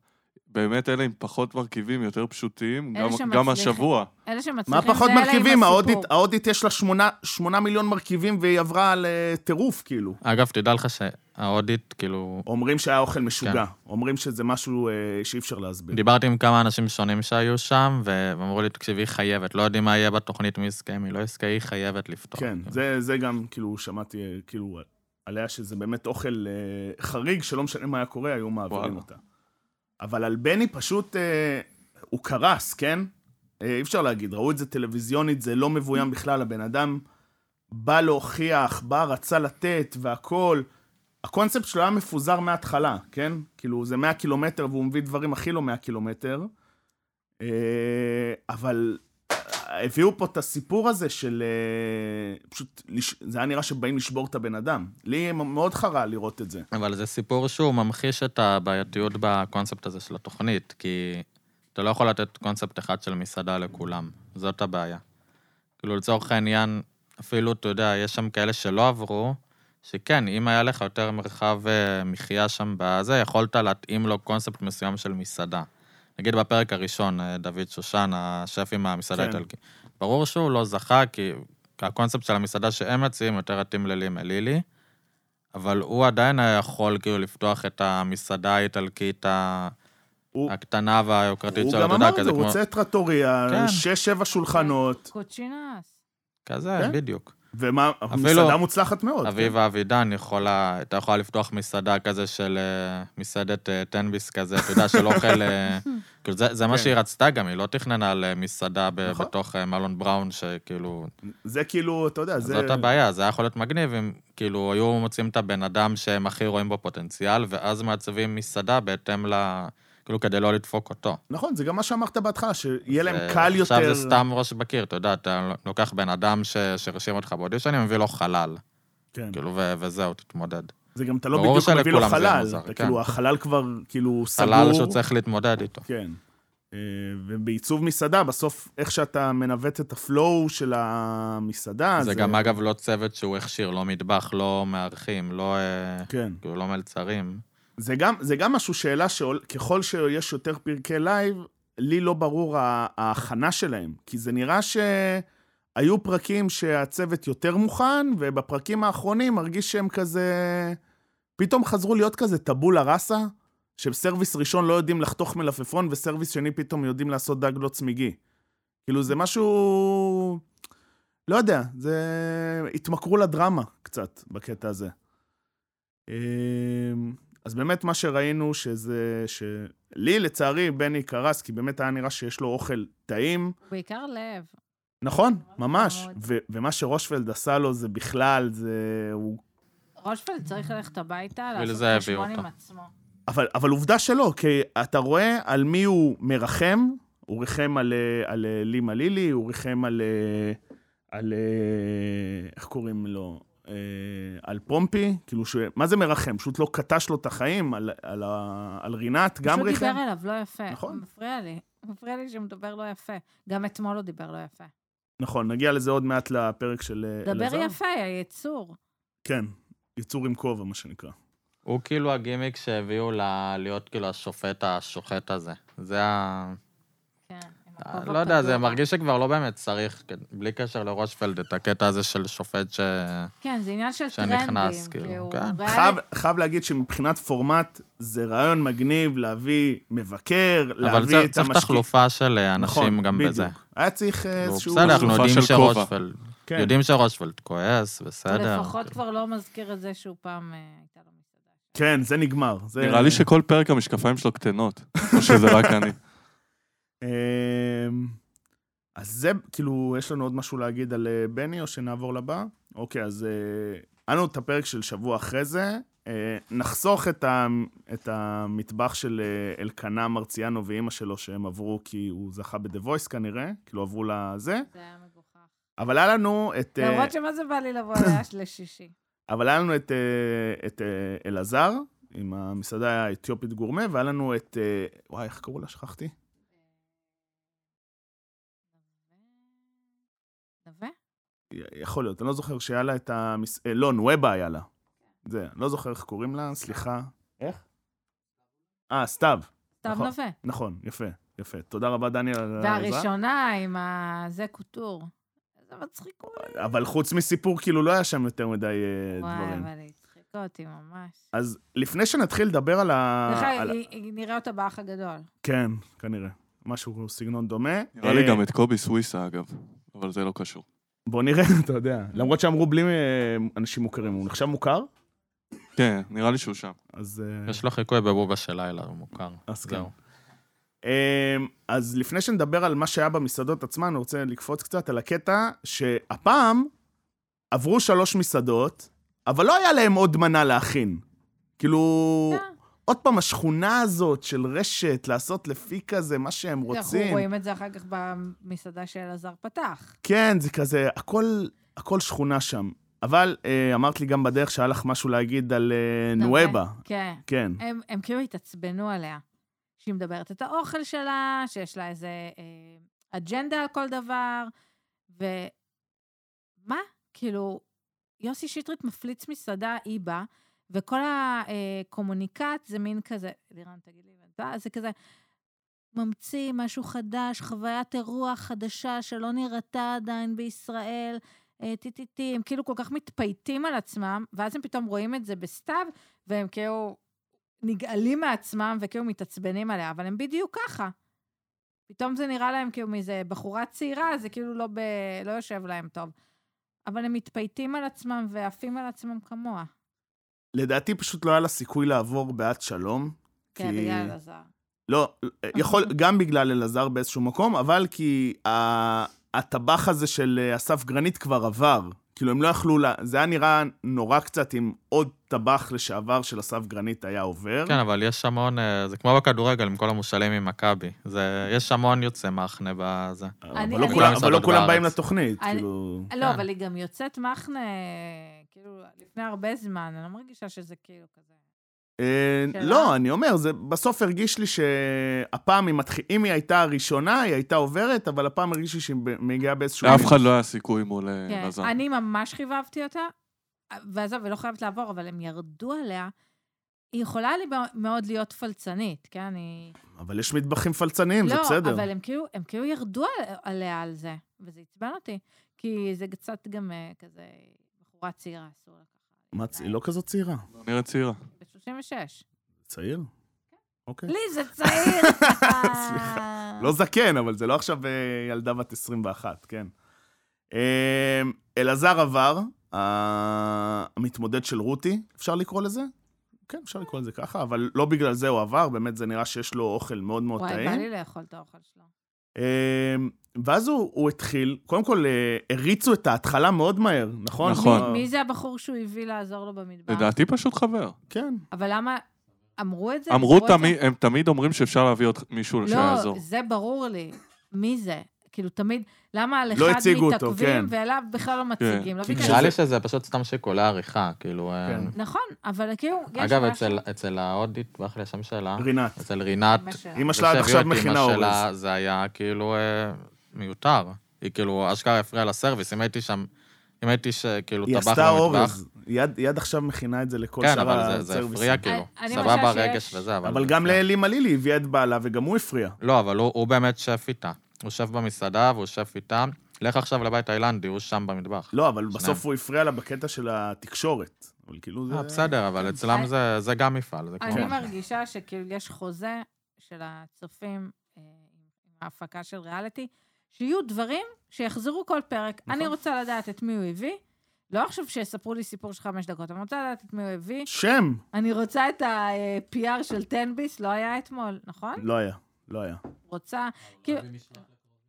E: באמת אלה עם פחות מרכיבים, יותר פשוטים,
D: אלה
E: גם-
D: שמצליחים.
E: גם השבוע.
D: אלה
C: מה
D: שמצליחים, זה
C: פחות
D: אלה עם
C: מרכיבים?
D: הסיפור.
C: ההודית, ההודית יש לה שמונה, שמונה מיליון מרכיבים והיא עברה על אה, טירוף, כאילו.
F: אגב, תדע לך שההודית, כאילו,
C: אומרים שהיה אוכל משוגע.
F: כן. אומרים
C: אומרים שזה משהו אה, שאי אפשר להסביר.
F: דיברתי עם כמה אנשים שונים שהיו שם, והם אמרו לי, תקשיב, היא חייבת, לא יודעים מה יהיה בתוכנית, מי יזכה, מי לא יזכה, היא חייבת לפתור.
C: כן, זה, זה גם, כאילו, שמעתי, אה, כאילו, עליה שזה באמת אוכל אה, חריג, שלא משנה מה היה קורה, היו מעבירים
E: וואלה.
C: אותה. אבל על בני פשוט, אה, הוא קרס, כן? אה, אי אפשר להגיד, ראו את זה טלוויזיונית, זה לא מבוים בכלל, הבן אדם בא להוכיח, בא, רצה לתת והכול. הקונספט שלו היה מפוזר מההתחלה, כן? כאילו, זה 100 קילומטר והוא מביא דברים הכי לא 100 קילומטר. אה, אבל הביאו פה את הסיפור הזה של... אה, פשוט, לש- זה היה נראה שבאים לשבור את הבן אדם. לי מאוד חרה לראות את זה.
F: אבל זה סיפור שהוא ממחיש את הבעייתיות בקונספט הזה של התוכנית, כי אתה לא יכול לתת קונספט אחד של מסעדה לכולם, זאת הבעיה. כאילו, לצורך העניין, אפילו, אתה יודע, יש שם כאלה שלא עברו, שכן, אם היה לך יותר מרחב אה, מחיה שם בזה, יכולת להתאים לו קונספט מסוים של מסעדה. נגיד בפרק הראשון, אה, דוד שושן, השף עם המסעדה
C: כן.
F: האיטלקי. ברור שהוא לא זכה, כי הקונספט של המסעדה שהם מציעים יותר מתאים ללי מלילי, אבל הוא עדיין היה יכול כאילו לפתוח את המסעדה האיטלקית ה-
C: הוא-
F: הקטנה והיוקרתית
C: הוא
F: שלו,
C: גם
F: אתה יודע,
C: אמר את זה,
F: כזה
C: הוא
F: כמו...
C: רוצה טרטוריה,
F: כן.
C: שש-שבע שולחנות,
D: קוצ'ינס.
F: כזה,
C: כן.
F: בדיוק.
C: ומה,
F: אפילו-
C: מסעדה מוצלחת מאוד. כן.
F: אביבה אבידן יכולה, הייתה יכולה לפתוח מסעדה כזה של אה, מסעדת אה, תנביס כזה, אתה יודע, של אוכל... אה, כאילו, זה זה מה
C: כן.
F: שהיא רצתה גם, היא לא תכננה על אה, מסעדה ב-
C: נכון.
F: בתוך אה, מלון בראון, שכאילו...
C: זה כאילו, אתה יודע, זה...
F: זאת הבעיה, זה היה יכול להיות מגניב אם כאילו היו מוצאים את הבן אדם שהם הכי רואים בו פוטנציאל, ואז מעצבים מסעדה בהתאם ל... כאילו, כדי לא לדפוק אותו.
C: נכון, זה גם מה שאמרת בהתחלה, שיהיה להם
F: זה-
C: קל יותר...
F: עכשיו זה סתם ראש בקיר, אתה יודע, אתה לוקח בן אדם ש- שהרשים אותך באודישנים, מביא לו חלל,
C: כן.
F: כאילו, ו- וזהו, תתמודד.
C: זה גם, אתה לא
F: ברור
C: בדיוק מביא לו
F: שלכולם זה
C: חלל.
F: מוזר,
C: אתה
F: כן.
C: כאילו, החלל כבר, כאילו, סגור.
F: חלל שהוא צריך להתמודד איתו.
C: כן. אה, ובעיצוב מסעדה, בסוף, איך שאתה מנווט את הפלואו של המסעדה,
F: זה גם, אגב, לא צוות שהוא הכשיר, לא מטבח, לא מארחים, לא... אה,
C: כן.
F: כאילו, לא מלצרים.
C: זה גם, זה גם משהו, שאלה שככל שיש יותר פרקי לייב, לי לא ברור ה- ההכנה שלהם. כי זה נראה שהיו היו פרקים שהצוות יותר מוכן, ובפרקים האחרונים מרגיש שהם כזה... פתאום חזרו להיות כזה טבולה ראסה, שבסרוויס ראשון לא יודעים לחתוך מלפפון, וסרוויס שני פתאום יודעים לעשות דג לא צמיגי. כאילו, זה משהו... לא יודע, זה... התמכרו לדרמה קצת בקטע הזה. אמ, אז באמת מה שראינו שזה... שלי, לצערי, בני קרס, כי באמת היה נראה שיש לו אוכל טעים.
D: בעיקר לב.
C: נכון, ממש.
D: מאוד.
C: ו- ומה שרושפלד עשה לו זה בכלל, זה... הוא...
D: רושפלד צריך ללכת הביתה,
F: ולזה
D: לעשות
F: הביאו
D: חשבון עם
F: אותו.
D: עצמו.
C: אבל, אבל עובדה שלא, כי אתה רואה על מי הוא מרחם, הוא ריחם על, אה, על אה, לימה לילי, הוא ריחם על... אה, על... אה, איך קוראים לו? אה, על פומפי, כאילו ש... מה זה מרחם? פשוט לא קטש לו את החיים, על, על, ה- על רינת גם
D: פשוט
C: ריחם.
D: דיבר אליו לא יפה.
C: נכון.
D: נכון. מפריע לי. מפריע לי שהוא מדבר לא יפה. גם אתמול הוא דיבר לא יפה.
C: נכון, נגיע לזה עוד מעט לפרק של אה, אלעזר.
D: דבר יפה, יא יצור.
C: כן, יצור עם כובע, מה שנקרא.
F: הוא כאילו הגימיק שהביאו ל- להיות כאילו השופט השוחט הזה. זה ה...
D: כן. עם
F: אה,
D: הכובע
F: לא יודע,
D: פגוע.
F: זה מרגיש שכבר לא באמת צריך, כן, בלי קשר לרושפלד, את הקטע הזה של שופט ש...
D: כן, זה עניין של טרנדים.
F: שנכנס, כאילו,
D: והוא
F: כן.
D: ריאלי-
C: חייב, חייב להגיד שמבחינת פורמט, זה רעיון מגניב להביא מבקר,
F: אבל
C: להביא
F: צריך-
C: את
F: צריך
C: המשקיע. נכון,
F: תחלופה של אה, אנשים גם
C: בדיוק.
F: בזה.
C: היה צריך אה,
F: נו,
C: איזשהו...
F: בסדר, אנחנו
E: תחלופה
F: יודעים
E: של כובע.
F: שרושפלד,
C: כן.
F: יודעים שרושפלד כועס, בסדר. כן.
D: לפחות כבר לא מזכיר את זה שהוא פעם אה, הייתה לו מסעדה.
C: כן, זה נגמר. זה...
E: נראה לי שכל פרק המשקפיים שלו קטנות, או שזה רק אני.
C: אמ, אז זה, כאילו, יש לנו עוד משהו להגיד על אה, בני, או שנעבור לבא? אוקיי, אז אה, היה לנו את הפרק של שבוע אחרי זה. אה, נחסוך את, ה, את המטבח של אה, אלקנה מרציאנו ואימא שלו שהם עברו כי הוא זכה ב-The Voice כנראה, כאילו עברו לזה.
D: זה היה מגוחך.
C: אבל היה לנו את... אה,
D: למרות שמה זה בא לי לבוא לאש לשישי.
C: אבל היה לנו את, אה, את אה, אלעזר, עם המסעדה האתיופית גורמה, והיה לנו את... אה, וואי, איך קראו לה? שכחתי.
D: נווה?
C: י- יכול להיות, אני לא זוכר שהיה לה את המס... אה, לא, נואבה היה לה. זה, אני לא זוכר איך קוראים לה, סליחה. איך? אה, סתיו.
D: סתיו
C: נכון. אה,
D: נווה.
C: נכון, יפה, יפה. תודה רבה, דניאל, על העזרה.
D: והראשונה עם ה... זה קוטור. איזה מצחיקות.
C: אבל חוץ מסיפור, כאילו, לא היה שם יותר מדי אה,
D: וואי,
C: דברים.
D: אבל היא הצחיקה אותי ממש.
C: אז לפני שנתחיל לדבר על ה...
D: בכלל,
C: אה, על...
D: היא- היא- נראה אותה באח הגדול.
C: כן, כנראה. משהו, סגנון דומה.
E: נראה לי
C: אה,
E: גם את קובי סוויסה, אגב, אבל זה לא קשור.
C: בוא נראה, אתה יודע. למרות שאמרו בלי אה, אנשים מוכרים, הוא נחשב מוכר?
E: כן, נראה לי שהוא שם.
C: אז... אה,
F: יש לו חיקוי בבובה של לילה, הוא מוכר.
C: אז כן.
F: זהו.
C: אמ, אז לפני שנדבר על מה שהיה במסעדות עצמן, אני רוצה לקפוץ קצת על הקטע שהפעם עברו שלוש מסעדות, אבל לא היה להם עוד מנה להכין. כאילו,
D: אה,
C: עוד פעם, השכונה הזאת של רשת, לעשות לפי כזה מה שהם
D: אנחנו
C: רוצים.
D: רואים את זה אחר כך במסעדה שאלעזר פתח.
C: כן, זה כזה, הכל, הכל שכונה שם. אבל אה, אמרת לי גם בדרך שהיה לך משהו להגיד על אה, נואבה.
D: כן.
C: כן.
D: הם, הם כאילו התעצבנו עליה. שהיא מדברת את האוכל שלה, שיש לה איזה אה, אג'נדה על כל דבר, ומה? כאילו, יוסי שטרית מפליץ מסעדה, היא באה, וכל הקומוניקט זה מין כזה, לירן, תגיד לי, אם את באה, זה כזה ממציא משהו חדש, חוויית אירוח חדשה שלא נראתה עדיין בישראל, אה, טי-טי-טי, הם כאילו כל כך מתפייטים על עצמם, ואז הם פתאום רואים את זה בסתיו, והם כאילו נגעלים מעצמם וכאילו מתעצבנים עליה, אבל הם בדיוק ככה. פתאום זה נראה להם כאילו מאיזה בחורה צעירה, זה כאילו לא, ב... לא יושב להם טוב. אבל הם מתפייטים על עצמם ועפים על עצמם כמוה.
C: לדעתי פשוט לא היה לה סיכוי לעבור בעד שלום.
D: כן,
C: כי-
D: בגלל אלעזר.
C: לא, יכול,
D: אוקיי.
C: גם בגלל אלעזר באיזשהו מקום, אבל כי ה- הטבח הזה של אה, אסף גרנית כבר עבר. כאילו, הם לא יכלו, לה, זה היה נראה נורא קצת אם עוד טבח לשעבר של אסף גרנית היה עובר.
F: כן, אבל יש המון, אה, זה כמו בכדורגל עם כל המושאלים ממכבי. זה- יש המון יוצא מחנה בזה.
D: אני-
C: אבל לא
D: אני-
C: כולם- אבל לא
F: מסעדות
C: כולם באים
F: בארץ.
C: לתוכנית,
D: אני-
C: כאילו...
D: לא, אבל היא גם יוצאת מחנה, כאילו, לפני הרבה זמן, אני לא מרגישה שזה כאילו כזה.
C: אה,
D: שאלה?
C: לא, אני אומר, זה בסוף הרגיש לי שהפעם, היא מתח- אם היא הייתה הראשונה, היא הייתה עוברת, אבל הפעם הרגיש לי שהיא ב- מגיעה באיזשהו...
E: לאף אחד לא היה סיכוי מול
D: כן,
E: אלעזר.
D: אני ממש חיבבתי אותה, ועזוב, היא לא חייבת לעבור, אבל הם ירדו עליה. היא יכולה לי מאוד להיות פלצנית, כן? היא...
C: אבל יש מטבחים פלצניים, כן, זה בסדר.
D: לא, אבל הם כאילו, הם כאילו ירדו על, עליה על זה, וזה עצבן אותי. כי זה קצת גם אה, כזה, בחורה צעירה, אסור לה ככה.
C: מה, היא לא כזאת צעירה.
E: נראית צעירה.
D: בת 36. כן.
C: צעיר? אוקיי.
D: לי זה צעיר.
C: סליחה. לא זקן, אבל זה לא עכשיו אה, ילדה בת 21, כן. אה, אלעזר עבר, ה- המתמודד של רותי, אפשר לקרוא לזה? כן, אפשר לקרוא לזה ככה, אבל לא בגלל זה הוא עבר, באמת זה נראה שיש לו אוכל מאוד מאוד
D: וואי, בא
C: טעים.
D: לי לאכול את האוכל שלו.
C: אה, ואז הוא, הוא התחיל, קודם כל אה, הריצו את ההתחלה מאוד מהר, נכון?
E: נכון.
C: אה,
D: מי זה הבחור שהוא הביא לעזור לו במדבר?
E: לדעתי פשוט חבר.
C: כן.
D: אבל למה... אמרו את זה?
E: אמרו
D: את זה?
E: תמיד, הם תמיד אומרים שאפשר להביא עוד מישהו שיעזור.
D: לא, זה ברור לי. מי זה? כאילו, תמיד, למה על
C: לא
D: אחד
C: הציגו אותו,
D: מתעכבים
C: כן.
D: ואליו בכלל לא מציגים? לא
C: כי
D: ביקשו.
F: נראה לי שזה פשוט סתם שיקולי עריכה, כאילו...
C: כן.
F: אה,
D: נכון, אבל כאילו, יש
F: אגב,
D: משהו-
F: אצל- אצל ההודית, ברח לי השם שלה,
C: רינת.
F: אצל רינת,
D: אמא שלה.
C: אמא שלה עד עכשיו מכינה
F: אורז.
C: אורז.
F: שלה זה היה כאילו אה, מיותר. היא כאילו אשכרה הפריעה לסרוויס, אם הייתי שם, אם הייתי ש- כאילו
C: היא
F: טבח
C: עשתה
F: במטבח.
C: אורז. היא עד- היא עד עכשיו מכינה את זה לכל
F: כן,
C: שאר
F: אבל זה- זה
C: הסרוויסים.
F: הפריע כאילו.
D: אני מרגישה
F: סבבה
D: שיש-
F: רגש וזה, אבל...
C: אבל
F: זה
C: גם
F: הפריע.
C: לאלי מלילי הביאה את בעלה, וגם הוא הפריע.
F: לא, אבל הוא הוא באמת שף איתה. הוא שף במסעדה והוא שף איתה. לך עכשיו לבית תאילנדי, הוא שם במטבח.
C: לא, אבל
F: שניים.
C: בסוף הוא הפריע לה בקטע של התקשורת. אבל כאילו זה...
F: אה, בסדר, אבל אצלם זה- זה גם מפעל. זה
D: אני
C: כן.
F: כמו- אה,
D: מרגישה שכאילו יש חוזה של הצופים אה, עם ההפקה של ריאליטי, שיהיו דברים שיחזרו כל פרק.
C: נכון.
D: אני רוצה לדעת את מי הוא הביא. לא עכשיו שיספרו לי סיפור של חמש דקות, אני רוצה לדעת את מי הוא הביא.
C: שם!
D: אני רוצה את ה-PR של 10 ביס, לא היה אתמול, נכון?
C: לא היה, לא היה.
D: רוצה, כאילו,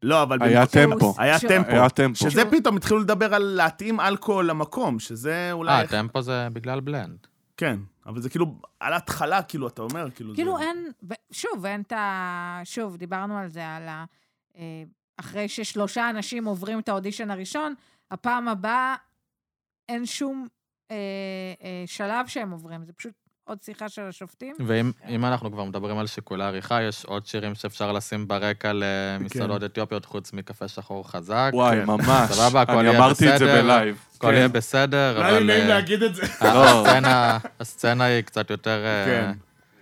C: לא, אבל...
E: היה
C: במקום-
E: טמפו.
C: היה
D: שהוא-
C: טמפו.
E: היה טמפו.
C: שזה פתאום התחילו לדבר על להתאים אלכוהול למקום, שזה
F: אה,
C: אולי...
F: טמפו זה בגלל בלנד.
C: כן, אבל זה כאילו, על ההתחלה, כאילו, אתה אומר, כאילו...
D: כאילו
C: זה-
D: אין, ו- שוב, אין את ה... שוב, דיברנו על זה, על ה... אה, אחרי ששלושה אנשים עוברים את האודישן הראשון, הפעם הבאה אין שום אה, אה, שלב שהם עוברים, זה פשוט עוד שיחה של השופטים.
F: ואם אם אנחנו כבר מדברים על שיקולי עריכה, יש עוד שירים שאפשר לשים ברקע למסעדות אתיופיות חוץ מקפה שחור חזק.
E: וואי,
C: כן.
E: ממש.
F: סבבה, הכל
E: אני
F: יהיה
E: אמרתי את זה
F: בסדר.
E: בלייב. כן.
F: הכל יהיה בסדר,
C: לא היה לי
F: אבל
C: נעים
F: אה,
C: להגיד את זה.
E: לא,
F: הסצנה- הסצנה היא קצת יותר... אה,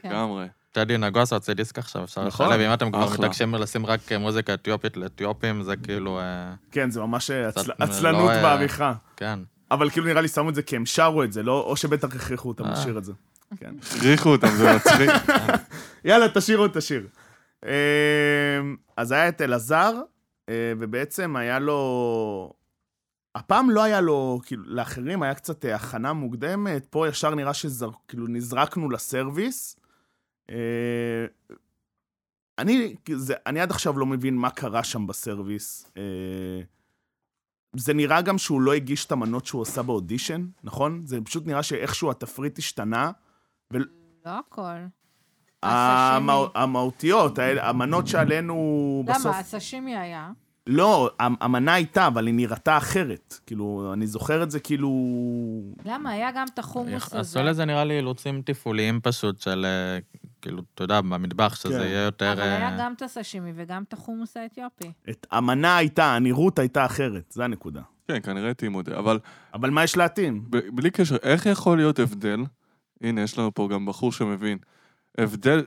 C: כן.
E: לגמרי.
F: טדי נגוסה הוציא דיסק עכשיו, אפשר
C: נכון.
F: לשלב. אם אתם כבר
E: אחלה.
F: מתעקשים לשים רק אה, מוזיקה אתיופית לאתיופים, זה כאילו... אה,
C: כן, זה ממש אה, עצל-
F: קצת, אה,
C: עצלנות
F: לא, אה,
C: בעריכה.
F: כן.
C: אבל כאילו נראה לי שמו את זה כי הם שרו את זה, לא, או שבטח הכריחו אותם
F: אה.
C: לשיר את זה.
E: הכריחו אותם, זה מצחיק.
C: יאללה, תשאירו את השיר. אמ, אז היה את אלעזר, אה, ובעצם היה לו... הפעם לא היה לו, כאילו, לאחרים היה קצת אה, הכנה מוקדמת, פה ישר נראה שזר... כאילו, נזרקנו לסרוויס. אה, אני, זה, אני עד עכשיו לא מבין מה קרה שם בסרוויס. אה, זה נראה גם שהוא לא הגיש את המנות שהוא עשה באודישן, נכון? זה פשוט נראה שאיכשהו התפריט השתנה.
D: לא הכל. הסשימי.
C: המ- המהותיות, האל- המנות שעלינו בסוף...
D: למה? הסשימי היה.
C: לא, המ- המנה הייתה, אבל היא נראתה אחרת. כאילו, אני זוכר את זה כאילו...
D: למה? היה גם את החומוס הזה.
F: עשו לזה נראה לי אילוצים תפעוליים פשוט של, אה, כאילו, אתה יודע, במטבח, שזה
C: כן.
F: יהיה יותר...
D: אבל
F: אה,
D: היה גם את הסשימי וגם את החומוס האתיופי.
C: את המנה הייתה, הנראות הייתה אחרת, זה הנקודה.
E: כן, כנראה תימוד. אבל
C: אבל מה יש להתאים?
E: ב- בלי קשר, איך יכול להיות הבדל? הנה, יש לנו פה גם בחור שמבין. הבדל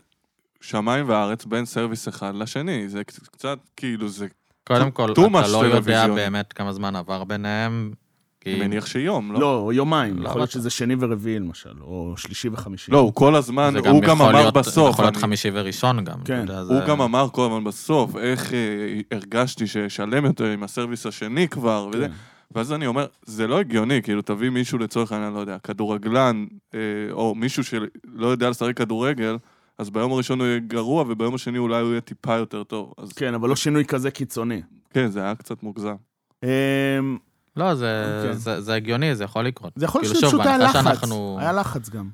E: שמיים וארץ בין סרוויס אחד לשני. זה קצ- קצת, כאילו, זה...
F: קודם כל,
E: too much
F: אתה לא יודע
E: טלוויזיון.
F: באמת כמה זמן עבר ביניהם, כי...
E: אני מניח שיום, לא?
C: לא, או יומיים,
F: לא,
C: יכול להיות
F: אבל-
C: שזה שני ורביעי למשל, או שלישי וחמישי.
E: לא, הוא כל הזמן,
F: זה
E: הוא גם
F: יכול
E: אמר
F: להיות-
E: בסוף.
F: יכול להיות
E: אני-
F: חמישי וראשון גם.
C: כן.
F: אתה יודע,
E: הוא
F: זה-
E: גם אמר כל הזמן בסוף, איך אה, הרגשתי שאשלם יותר עם הסרוויס השני כבר, וזה.
C: כן.
E: ואז אני אומר, זה לא הגיוני, כאילו, תביא מישהו לצורך העניין, לא יודע, כדורגלן, אה, או מישהו שלא יודע לשחק כדורגל, אז ביום הראשון הוא יהיה גרוע, וביום השני אולי הוא יהיה טיפה יותר טוב. אז
C: כן, אבל לא שינוי כזה קיצוני.
E: כן, זה היה קצת מוגזם.
C: אמ,
F: לא, זה-
C: אוקיי.
F: זה זה הגיוני, זה יכול לקרות.
C: זה יכול להיות
F: כאילו,
C: שפשוט
F: שוב,
C: היה
F: בהנחה
C: לחץ.
F: שאנחנו-
C: היה לחץ גם.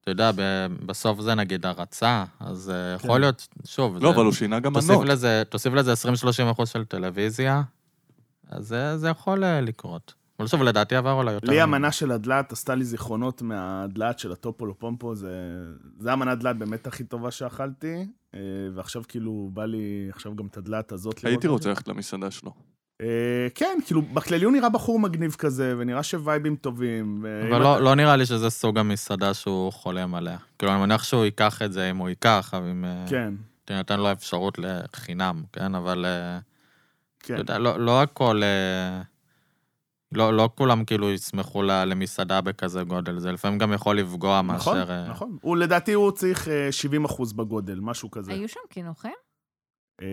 F: אתה יודע, ב- בסוף זה נגיד הרצה, אז אה,
C: כן.
F: יכול להיות, שוב,
E: לא,
F: זה-
E: אבל הוא שינה גם
F: תוסיף
E: מנות.
F: לזה, תוסיף לזה 20-30 אחוז של טלוויזיה, אז זה, זה יכול אה, לקרות. אבל שוב, לדעתי עבר אולי יותר...
C: לי המנה של הדלעת עשתה לי זיכרונות מהדלעת של הטופולו פומפו, זה, זה המנת דלעת באמת הכי טובה שאכלתי, אה, ועכשיו כאילו בא לי עכשיו גם את הדלעת הזאת. לראות
E: הייתי
C: אותה.
E: רוצה ללכת למסעדה שלו.
C: אה, כן, כאילו, בכללי הוא נראה בחור מגניב כזה, ונראה שווייבים טובים. ואם
F: אבל לא,
C: אתה-
F: לא נראה לי שזה סוג המסעדה שהוא חולם עליה. כאילו, אני מניח שהוא ייקח את זה אם הוא ייקח, אבל אם... אה,
C: כן,
F: תינתן לו אפשרות לחינם, כן? אבל... אה,
C: כן.
F: אתה יודע, לא, לא הכל... אה, לא, לא כולם כאילו יסמכו ל- למסעדה בכזה גודל, זה לפעמים גם יכול לפגוע
C: נכון,
F: מאשר... אה,
C: נכון. הוא, לדעתי הוא צריך אה, 70 אחוז בגודל, משהו כזה.
D: היו שם קינוחים?
C: אה,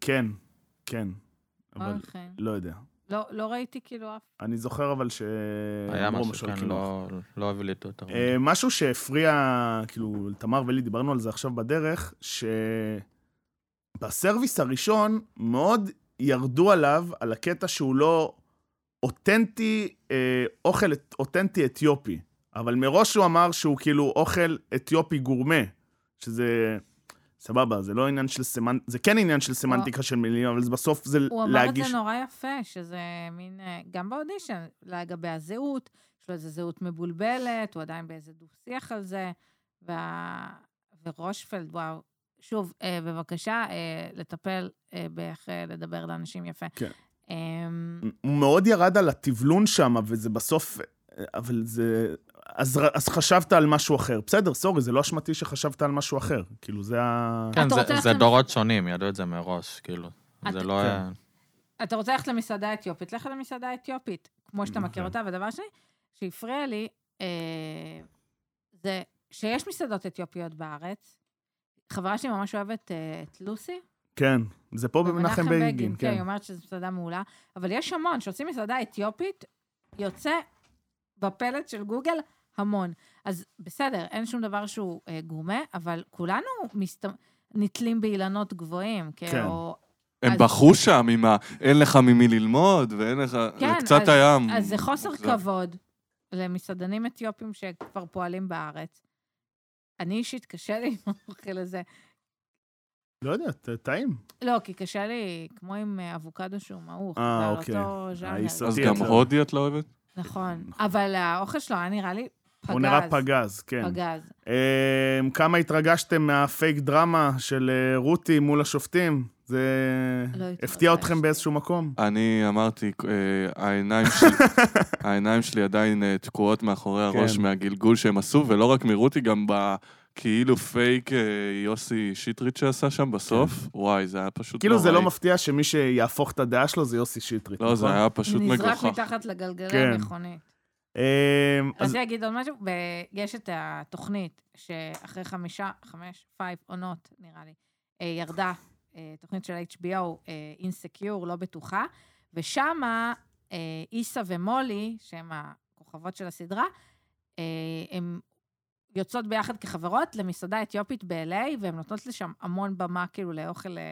C: כן, כן. אבל
D: אוקיי.
C: לא יודע.
D: לא- לא ראיתי כאילו אף...
C: אני זוכר אבל ש...
F: היה
C: אמרו
F: משהו,
C: משהו על
F: כן,
C: קינוח.
F: לא, לא הבליטו יותר. מדי.
C: אה, משהו שהפריע, כאילו, תמר ולי דיברנו על זה עכשיו בדרך, שבסרוויס הראשון מאוד ירדו עליו, על הקטע שהוא לא אותנטי, אה, אוכל את- אותנטי אתיופי. אבל מראש הוא אמר שהוא כאילו אוכל אתיופי גורמה, שזה... סבבה, זה לא עניין של סמנ... זה כן עניין של סמנטיקה של מילים, אבל זה בסוף זה
D: הוא אמר
C: להגיש...
D: את זה נורא יפה, שזה מין, אה, גם באודישן, לגבי הזהות, יש לו איזו זהות מבולבלת, הוא עדיין באיזה דו-שיח על זה, וה... ורושפלד, וואו. שוב, אה, בבקשה, אה, לטפל אה, באיך אה, לדבר לאנשים יפה.
C: כן.
D: אמ,
C: הוא מאוד ירד על הטבלון שם, וזה בסוף... אבל זה... אז, ר- אז חשבת על משהו אחר. בסדר, סורי, זה לא אשמתי שחשבת על משהו אחר. כאילו, זה ה...
F: כן,
D: אתה רוצה
F: זה,
D: ללכת
F: זה
D: למס-
F: דורות שונים, ידעו את זה מראש, כאילו.
D: אתה-
F: זה לא...
C: כן.
D: אתה רוצה ללכת למסעדה אתיופית, לך למסעדה אתיופית, כמו שאתה מכיר אותה. ודבר שני, שהפריע לי, אה, זה שיש מסעדות אתיופיות בארץ. חברה שלי ממש אוהבת אה, את לוסי.
C: כן, זה פה במנחם בגין,
D: כן, היא
C: כן.
D: אומרת שזו מסעדה מעולה. אבל יש המון, כשעושים מסעדה אתיופית, יוצא בפלט של גוגל המון. אז בסדר, אין שום דבר שהוא אה, גורמה, אבל כולנו מסת... נתלים באילנות גבוהים,
C: כן.
D: כן. או
E: הם
D: אז-
E: בחרו שם עם ה... אין לך ממי ללמוד, ואין לך... זה
D: כן,
E: קצת
D: אז-
E: היה...
D: אז זה חוסר
E: מוגזם.
D: כבוד למסעדנים אתיופים שכבר פועלים בארץ. אני אישית, קשה לי עם האוכל הזה.
C: לא יודע, ט- טעים.
D: לא, כי קשה לי, כמו עם אה, אבוקדו שהוא מעוך.
C: אה,
D: זה על
C: אוקיי.
D: אותו ז'אנר.
C: הישראלי. כן.
E: אז
C: אותי
E: גם
C: יצא.
E: הודי את לא אוהבת?
D: נכון. אבל האוכל שלו היה נראה לי פגז.
C: הוא נראה פגז, כן.
D: פגז.
C: אמ, כמה התרגשתם מהפייק דרמה של אה, רותי מול השופטים? זה
D: לא
C: הפתיע
D: התרגשתי.
C: אתכם באיזשהו מקום?
E: אני אמרתי, אה, העיניים שלי, העיניים שלי עדיין אה, תקועות מאחורי הראש
C: כן.
E: מהגלגול שהם עשו, ולא רק מרותי, גם בכאילו פייק אה, יוסי שטרית שעשה שם בסוף. וואי, זה היה פשוט
C: כן. כאילו, זה לא
E: נוראי.
C: מפתיע שמי שיהפוך את הדעה שלו זה יוסי שטרית.
E: לא, זה
C: נכון?
E: היה פשוט
D: נזרק
E: מגוחך.
D: מתחת לגלגלי
C: כן.
D: המכונית.
C: אמ, אז
D: רציתי להגיד עוד משהו, ב- יש את התוכנית שאחרי חמישה, חמש, פייב עונות, נראה לי, אה, ירדה, אה, תוכנית של HBO, אינסקיור, אה, לא בטוחה, ושמה אה, איסה ומולי, שהם הכוכבות של הסדרה, אה, הן יוצאות ביחד כחברות למסעדה אתיופית ב-LA, והן נותנות לשם המון במה, כאילו, לאוכל, אה,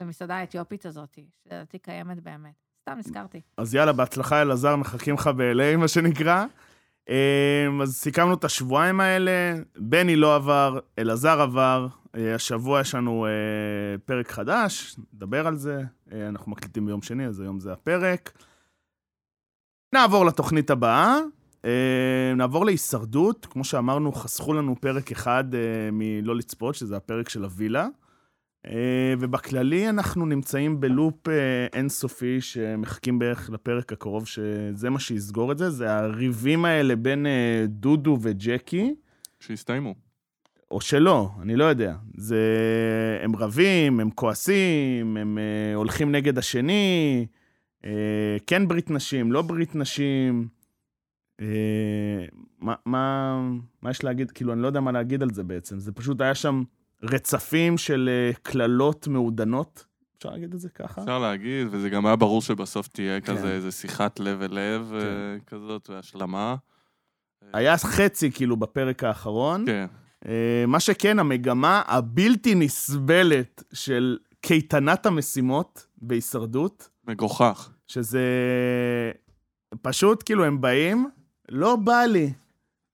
D: למסעדה האתיופית הזאת, שלדעתי קיימת באמת. סתם נזכרתי.
C: אז יאללה, בהצלחה, אלעזר, מחכים לך ב-LA, מה שנקרא. אמ, אז סיכמנו את השבועיים האלה, בני לא עבר, אלעזר עבר, אה, השבוע יש לנו אה, פרק חדש, נדבר על זה, אה, אנחנו מקליטים ביום שני, אז היום זה הפרק. נעבור לתוכנית הבאה, אה, נעבור להישרדות, כמו שאמרנו, חסכו לנו פרק אחד אה, מלא לצפות, שזה הפרק של הווילה. אה, ובכללי אנחנו נמצאים בלופ אה, אינסופי שמחכים בערך לפרק הקרוב, שזה מה שיסגור את זה, זה הריבים האלה בין אה, דודו וג'קי,
E: שהסתיימו.
C: כן. או שלא, אני לא יודע. זה... הם רבים, הם כועסים, הם אה, הולכים נגד השני, אה, כן ברית נשים, לא ברית נשים. אה, מה, מה, מה יש להגיד? כאילו, אני לא יודע מה להגיד על זה בעצם. זה פשוט היה שם רצפים של אה, קללות מעודנות, אפשר להגיד את זה ככה?
E: אפשר להגיד, וזה גם היה ברור שבסוף תהיה
C: כן.
E: כזה איזה שיחת לב אל לב אה, כזאת, והשלמה. אה,
C: היה חצי, כאילו, בפרק האחרון.
E: כן.
C: אה, מה שכן, המגמה הבלתי נסבלת של קייטנת המשימות בהישרדות,
E: מגוחך.
C: שזה פשוט כאילו הם באים, לא בא לי,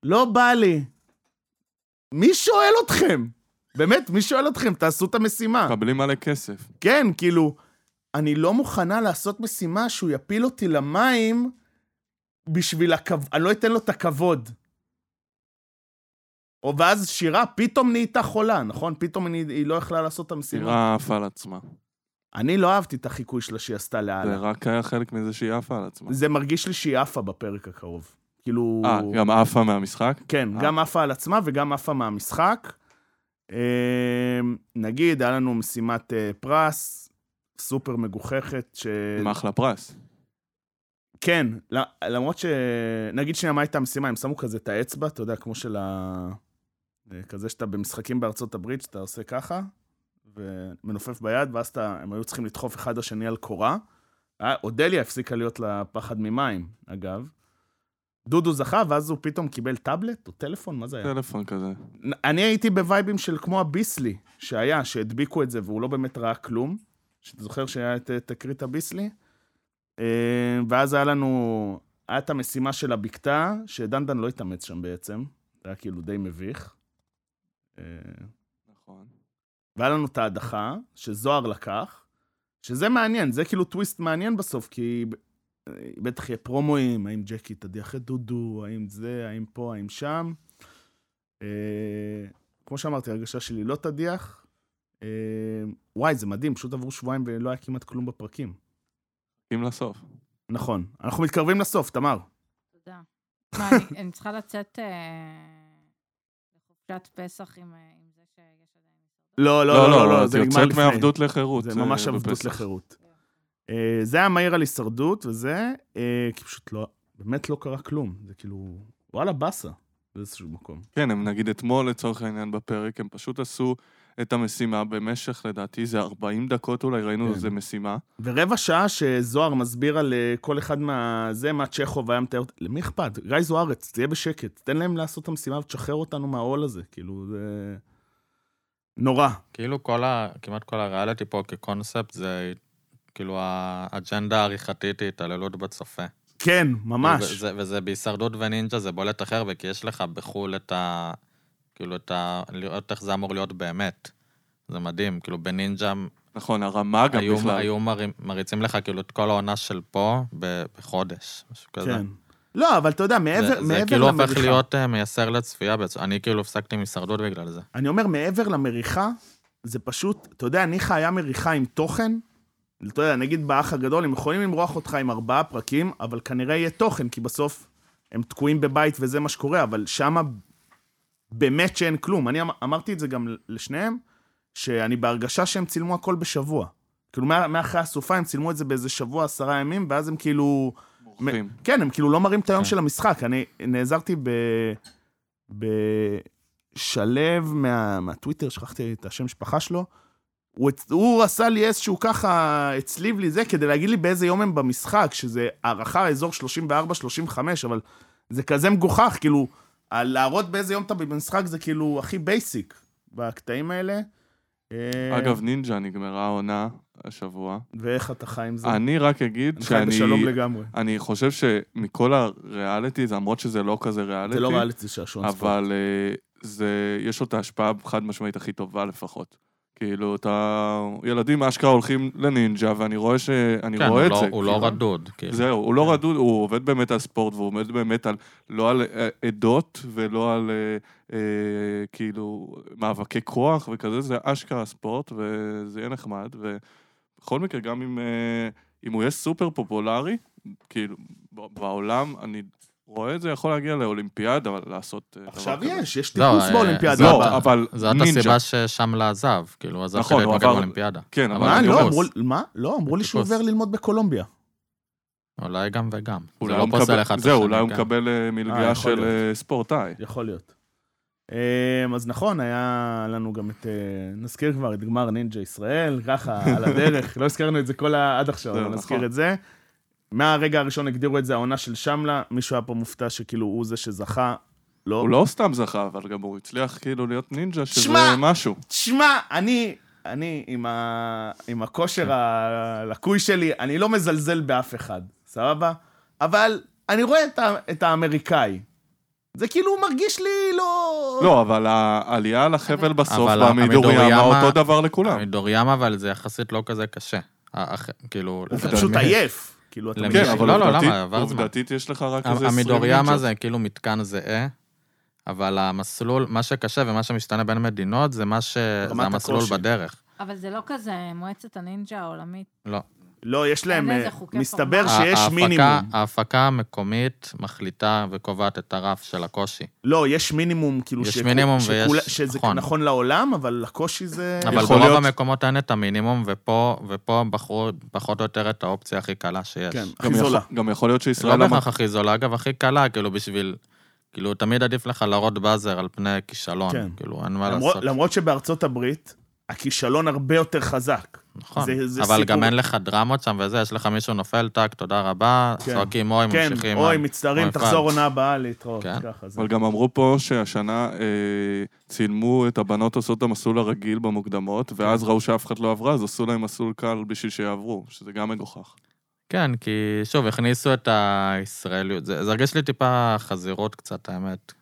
C: לא בא לי. מי שואל אתכם? באמת, מי שואל אתכם? תעשו את המשימה.
E: מקבלים מלא כסף.
C: כן, כאילו, אני לא מוכנה לעשות משימה שהוא יפיל אותי למים בשביל הכבוד, אני לא אתן לו את הכבוד. או ואז שירה פתאום נהייתה חולה, נכון? פתאום אני, היא לא יכלה לעשות את המשימה.
E: טירה עפה על עצמה.
C: אני לא אהבתי את החיקוי שלה שהיא עשתה
E: זה
C: לאללה.
E: רק היה חלק מזה שהיא עפה על עצמה.
C: זה מרגיש לי שהיא עפה בפרק הקרוב. כאילו...
E: אה, גם עפה מהמשחק?
C: כן,
E: אה.
C: גם עפה על עצמה וגם עפה מהמשחק. אה, נגיד, היה לנו משימת אה, פרס, סופר מגוחכת, ש...
E: עם אחלה פרס.
C: כן, ל- למרות ש... נגיד שנייה, מה הייתה המשימה? הם שמו כזה את האצבע, אתה יודע, כמו של ה... אה, כזה שאתה במשחקים בארצות הברית, שאתה עושה ככה, ומנופף ביד, ואז אתה... הם היו צריכים לדחוף אחד לשני על קורה. אה, אודליה הפסיקה להיות לה פחד ממים, אגב. דודו זכה, ואז הוא פתאום קיבל טאבלט או טלפון, מה זה היה?
E: טלפון כזה.
C: אני הייתי בווייבים של כמו הביסלי שהיה, שהדביקו את זה והוא לא באמת ראה כלום. שאתה זוכר שהיה את אה, תקרית הביסלי? אה, ואז היה לנו, היה את המשימה של הבקתה, שדנדן לא התאמץ שם בעצם. זה היה כאילו די מביך. אה,
E: נכון.
C: והיה לנו את ההדחה, שזוהר לקח, שזה מעניין, זה כאילו טוויסט מעניין בסוף, כי אה, בטח יהיה פרומואים, האם ג'קי תדיח את דודו, האם זה, האם פה, האם שם. אה, כמו שאמרתי, הרגשה שלי לא תדיח. אה, וואי, זה מדהים, פשוט עברו שבועיים ולא היה כמעט כלום בפרקים.
E: אם לסוף.
C: נכון. אנחנו מתקרבים לסוף, תמר.
D: תודה. מה, אני- אני צריכה לצאת אה, לחופשת פסח עם אה, עם זה שיש עדיין...
C: לא, לא, לא, לא, לא,
E: את
C: זה נגמר
E: יוצאת
C: לפני.
E: מעבדות לחירות.
C: זה
E: אה,
C: ממש עבדות
E: בפסח.
C: לחירות. אה, זה היה מהיר על הישרדות וזה, אה, כי פשוט לא, באמת לא קרה כלום. זה כאילו, וואלה, באסה. באיזשהו מקום.
E: כן, הם נגיד אתמול לצורך העניין בפרק, הם פשוט עשו את המשימה במשך, לדעתי, זה 40 דקות אולי, ראינו
C: כן.
E: איזה משימה.
C: ורבע שעה שזוהר מסביר על אה, כל אחד מה... זה, מה צ'כוב היה מתאר... למי אכפת? גיא זוארץ, תהיה בשקט. תן להם לעשות את המשימה ותשחרר אותנו מהעול הזה. כאילו, זה... נורא.
F: כאילו כל ה... כמעט כל הריאליטי פה כקונספט זה כאילו האג'נדה העריכתית היא התעללות בצופה.
C: כן, ממש.
F: וזה, וזה בהישרדות ונינג'ה זה בולט אחר, וכי יש לך בחו"ל את ה... כאילו את ה... לראות איך זה אמור להיות באמת. זה מדהים, כאילו בנינג'ה
E: נכון, הרמה גם
F: היו,
E: בכלל.
F: היו מר... מריצים לך כאילו את כל העונה של פה ב... בחודש, משהו כזה.
C: כן. לא, אבל אתה יודע, מעבר
F: זה,
C: למריחה...
F: זה כאילו הופך להיות אה, מייסר לצפייה בעצם. אני כאילו הפסקתי עם הישרדות בגלל זה.
C: אני אומר, מעבר למריחה, זה פשוט, אתה יודע, ניחא היה מריחה עם תוכן, אתה יודע, נגיד באח הגדול, הם יכולים למרוח אותך עם ארבעה פרקים, אבל כנראה יהיה תוכן, כי בסוף הם תקועים בבית וזה מה שקורה, אבל שמה באמת שאין כלום. אני אמ- אמרתי את זה גם לשניהם, שאני בהרגשה שהם צילמו הכל בשבוע. כאילו, מה- מאחרי הסופה הם צילמו את זה באיזה שבוע, עשרה ימים, ואז הם כאילו...
E: מורחים.
C: כן, הם כאילו לא מראים את היום
F: כן.
C: של המשחק. אני נעזרתי ב... בשלב מה... מהטוויטר, שכחתי את השם משפחה שלו. הוא, הצ- הוא עשה לי איזשהו ככה, הצליב לי זה, כדי להגיד לי באיזה יום הם במשחק, שזה הערכה אזור 34-35, אבל זה כזה מגוחך, כאילו, ה- להראות באיזה יום אתה במשחק זה כאילו הכי בייסיק בקטעים האלה. אה,
E: אגב, נינג'ה נגמרה העונה השבוע.
C: ואיך אתה חי עם זה?
E: אני רק אגיד
C: אני חי
E: שאני...
C: בשלום לגמרי.
E: אני חושב שמכל הריאליטי, למרות שזה לא כזה ריאליטי,
C: זה לא ריאליטי, זה שעשועון ספורט.
E: אבל אה, זה, יש לו את ההשפעה חד משמעית הכי טובה לפחות. כאילו, אתה... ילדים אשכרה הולכים לנינג'ה, ואני רואה ש... אני
F: כן,
E: רואה
F: הוא,
E: את
F: לא,
E: זה.
F: הוא לא
E: כאילו.
F: רדוד. כאילו.
E: זהו, הוא לא רדוד, הוא עובד באמת על ספורט, והוא עובד באמת על... לא על אה, עדות ולא על אה, אה, כאילו מאבקי כוח וכזה, זה אשכרה ספורט, וזה יהיה נחמד. ובכל מקרה, גם אם, אה, אם הוא יהיה סופר פופולרי, כאילו, ב- בעולם, אני רואה את זה יכול להגיע לאולימפיאדה, אבל לעשות... אה, דבר
C: עכשיו
E: כזה.
C: יש, יש
F: לא,
C: טיפוס
F: אה,
C: באולימפיאדה.
F: זה
E: לא,
F: הבא.
E: אבל
F: זאת
E: נינג'ה.
F: הסיבה ששמלה עזב, כאילו, הוא עזב
E: נכון,
F: כדי
E: הוא
F: להתמקד
E: עבר-
F: באולימפיאדה.
E: כן, אבל
F: אבל
C: מה,
F: הוא
C: לא,
F: טיפוס.
C: אמרו, מה? לא, אמרו לי שהוא
F: טיפוס.
C: עובר ללמוד בקולומביה.
F: אולי גם וגם. זה
E: אולי
F: לא
E: הוא
F: פוסל
E: מקבל-
F: אחד את
E: זהו,
F: השני,
E: אולי הוא
F: כן.
E: מקבל אה,
C: אה,
E: מלגה
C: יכול
E: של
C: להיות.
E: אה, ספורטאי.
C: יכול להיות. אמ, אז נכון, היה לנו גם את... אה, נזכיר כבר את גמר נינג'ה ישראל, ככה, על הדרך. לא הזכרנו את זה כל ה... עד עכשיו,
E: זהו,
C: אבל נזכיר
E: נכון.
C: את זה. מהרגע הראשון הגדירו את זה העונה של שמלה, מישהו היה פה מופתע שכאילו הוא זה שזכה. לא.
E: הוא לא סתם זכה, אבל גם הוא הצליח כאילו להיות נינג'ה, שזה
C: שמע!
E: משהו.
C: תשמע, אני... אני, עם, ה... עם
F: כן.
C: הכושר הלקוי שלי, אני לא מזלזל באף אחד, סבבה? אבל אני רואה את, ה... את האמריקאי. זה כאילו מרגיש לי לא...
E: לא, אבל העלייה על החבל בסוף,
F: אבל
E: במדוריאמה,
F: המדוריאמה-
E: אותו דבר
C: לא.
E: לכולם.
F: מדוריאמה, אבל זה יחסית לא כזה קשה. ה- אח- כאילו...
C: אתה
F: למי-
C: פשוט עייף. כאילו, אתה
F: למי-
E: כן,
C: מרגיש-
E: אבל
F: לא, לא,
E: עובדתית-
F: למה? עבר זמן.
E: עובדתית יש לך רק איזה 20
F: המדוריאמה
E: נינג'ות.
F: זה כאילו מתקן זהה, אבל המסלול, מה שקשה ומה שמשתנה בין מדינות, זה מה ש... זה
C: רמת
F: המסלול
C: הקושי.
F: בדרך.
D: אבל זה לא כזה מועצת הנינג'ה העולמית.
F: לא.
C: לא, יש להם...
D: אין לזה
C: אה,
D: חוקי
C: מסתבר
D: פורמט.
C: שיש
F: ההפקה-
C: מינימום.
F: ההפקה המקומית מחליטה וקובעת את הרף של הקושי.
C: לא, יש מינימום, כאילו...
F: יש
C: שכו-
F: מינימום
C: שכולה-
F: ויש-
C: שזה
F: נכון.
C: נכון לעולם, אבל הקושי זה...
F: אבל
A: יכול
F: ברוב
A: להיות-
F: המקומות אין את המינימום, ופה ופה בחרו פחות או יותר את האופציה הכי קלה שיש.
C: כן,
E: גם
C: הכי זולה.
E: יכול- גם יכול להיות
F: לא
E: שישראל...
F: בהכרח הכי זולה, אגב, הכי קלה, כאילו, בשביל... כאילו, תמיד עדיף לך להראות באזר על פני כישלון.
C: כן.
F: כאילו, אין מה
C: למרות-
F: לעשות.
C: למרות שבארצות הברית, הכישלון הרבה יותר חזק.
F: נכון.
C: זה- זה
F: אבל
C: סיפור.
F: גם אין לך דרמות שם וזה, יש לך מישהו נופל, טאק, תודה רבה,
C: כן.
F: צועקים אוי,
C: כן,
F: ממשיכים.
C: אוי,
F: הלאה.
C: מצטערים,
F: אוי,
C: תחזור
F: פאנץ'.
C: עונה הבאה להתראות.
F: כן.
C: ככה זה.
E: אבל גם אמרו פה שהשנה אה, צילמו את הבנות עושות את המסלול הרגיל במוקדמות, ואז ראו שאף אחת לא עברה, אז עשו להם מסלול קל בשביל שיעברו, שזה גם מגוחך.
F: כן, כי שוב, הכניסו את הישראליות. זה זה הרגיש לי טיפה חזירות קצת, האמת.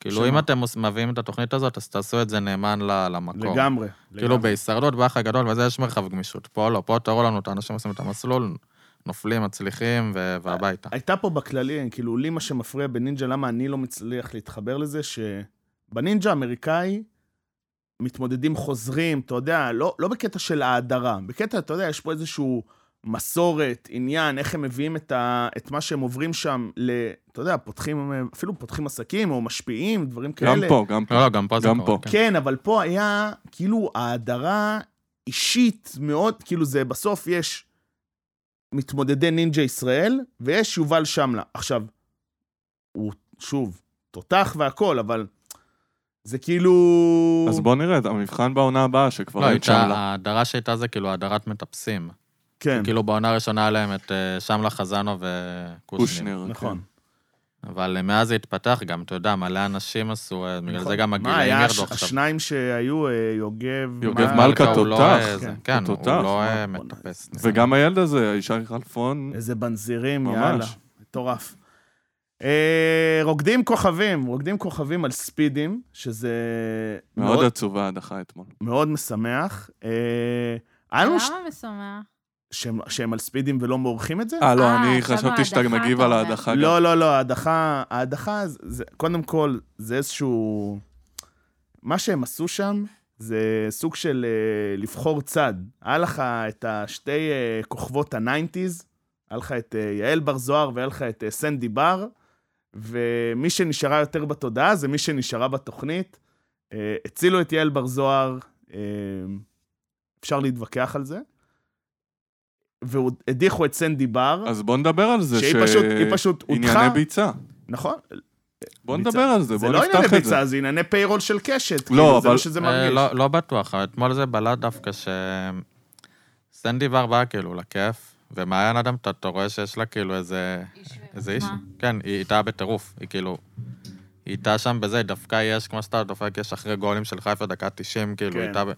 F: כאילו,
C: שמה?
F: אם אתם עוש- מביאים את התוכנית הזאת, אז תעשו את זה נאמן ל- למקום.
C: לגמרי.
F: כאילו,
C: לגמרי.
F: בהישרדות, באח הגדול, וזה יש מרחב גמישות. פה לא, פה תראו לנו את האנשים עושים את המסלול, נופלים, מצליחים, ו- והביתה.
C: הייתה פה בכללי, כאילו, לי מה שמפריע בנינג'ה, למה אני לא מצליח להתחבר לזה, שבנינג'ה האמריקאי מתמודדים חוזרים, אתה יודע, לא, לא בקטע של ההדרה, בקטע, אתה יודע, יש פה איזשהו מסורת, עניין, איך הם מביאים את, ה, את מה שהם עוברים שם ל... אתה יודע, פותחים, אפילו פותחים עסקים או משפיעים, דברים כאלה.
E: גם פה, גם פה.
F: לא, לא, גם פה זה
E: גם
F: קורה.
E: פה.
F: כן.
C: כן, אבל פה היה כאילו ההדרה אישית מאוד, כאילו זה בסוף יש מתמודדי נינג'ה ישראל ויש יובל שמלה. עכשיו, הוא שוב, תותח והכל, אבל זה כאילו...
E: אז בוא נראה את המבחן בעונה הבאה, שכבר
F: לא,
E: היית שם
F: הייתה,
E: לה.
F: ההדרה שהייתה זה כאילו הדרת מטפסים.
C: כן,
F: כאילו בעונה הראשונה היה להם את אה, שמלה חזנו וקושניר.
E: קושניר.
C: נכון.
F: אבל אה, מאז זה התפתח גם, אתה יודע, מלא אנשים עשו, אה, בגלל
C: נכון.
F: זה גם
C: מה,
F: הגילאים
C: היה
F: ירדו
C: הש-
F: עכשיו.
C: השניים שהיו, אה, יוגב...
E: יוגב
C: מה-
E: מלכה,
F: הוא לא,
E: תותח.
F: אה, זה-
C: כן, נכון.
F: כן, הוא
E: תותח,
F: לא
E: מה,
F: אה,
C: בואנה.
F: מטפס.
E: וגם הילד הזה, ישי חלפון,
C: איזה בנזירים,
E: ממש.
C: יאללה. מטורף. אה, רוקדים כוכבים, רוקדים כוכבים על ספידים, שזה
E: מאוד עצובה ההדחה אתמול.
C: מאוד משמח. אה, היה לנו ש-
D: למה משמח?
C: שהם- שהם על ספידים ולא מורחים את זה?
E: אה, לא,
D: אה,
E: אני
D: עכשיו
E: חשבתי שאתה
D: ההדחה,
E: מגיב
D: אתה
E: על
D: אומר.
E: ההדחה. גם.
C: לא, לא, לא, ההדחה, ההדחה, זה- זה- קודם כל, זה איזשהו... מה שהם עשו שם, זה סוג של אה, לבחור צד. היה לך את השתי אה, כוכבות הניינטיז, היה לך את אה, יעל בר זוהר והיה לך את אה, סנדי בר, ומי שנשארה יותר בתודעה זה מי שנשארה בתוכנית. אה, הצילו את יעל בר זוהר, אה, אפשר להתווכח על זה. והדיחו את סנדי בר.
E: אז בוא נדבר על זה,
C: לא. שהיא פשוט, היא פשוט הודחה.
E: ענייני ביצה.
C: נכון.
E: בוא
C: ביצה.
E: נדבר על זה,
C: זה
E: בוא
C: לא ענייני
E: נפתח את זה.
C: ביצה, זה ענייני פיירול של קשת. כאילו,
E: לא,
C: זה
E: אבל-
C: מה שזה
F: אה,
C: מרגיש.
F: לא- לא בטוח, אתמול זה בלט דווקא ש... סנדי בר באה כאילו לכיף, ומעיין אדם, אתה אתה רואה שיש לה כאילו איזה... איזה איש?
D: מה?
F: כן, היא איתה בטירוף, היא כאילו... היא איתה שם בזה, דווקא יש, כמו שאתה דופק, יש אחרי גולים של חיפה, דקה 90, כאילו,
C: כן.
F: כן. איתה ב...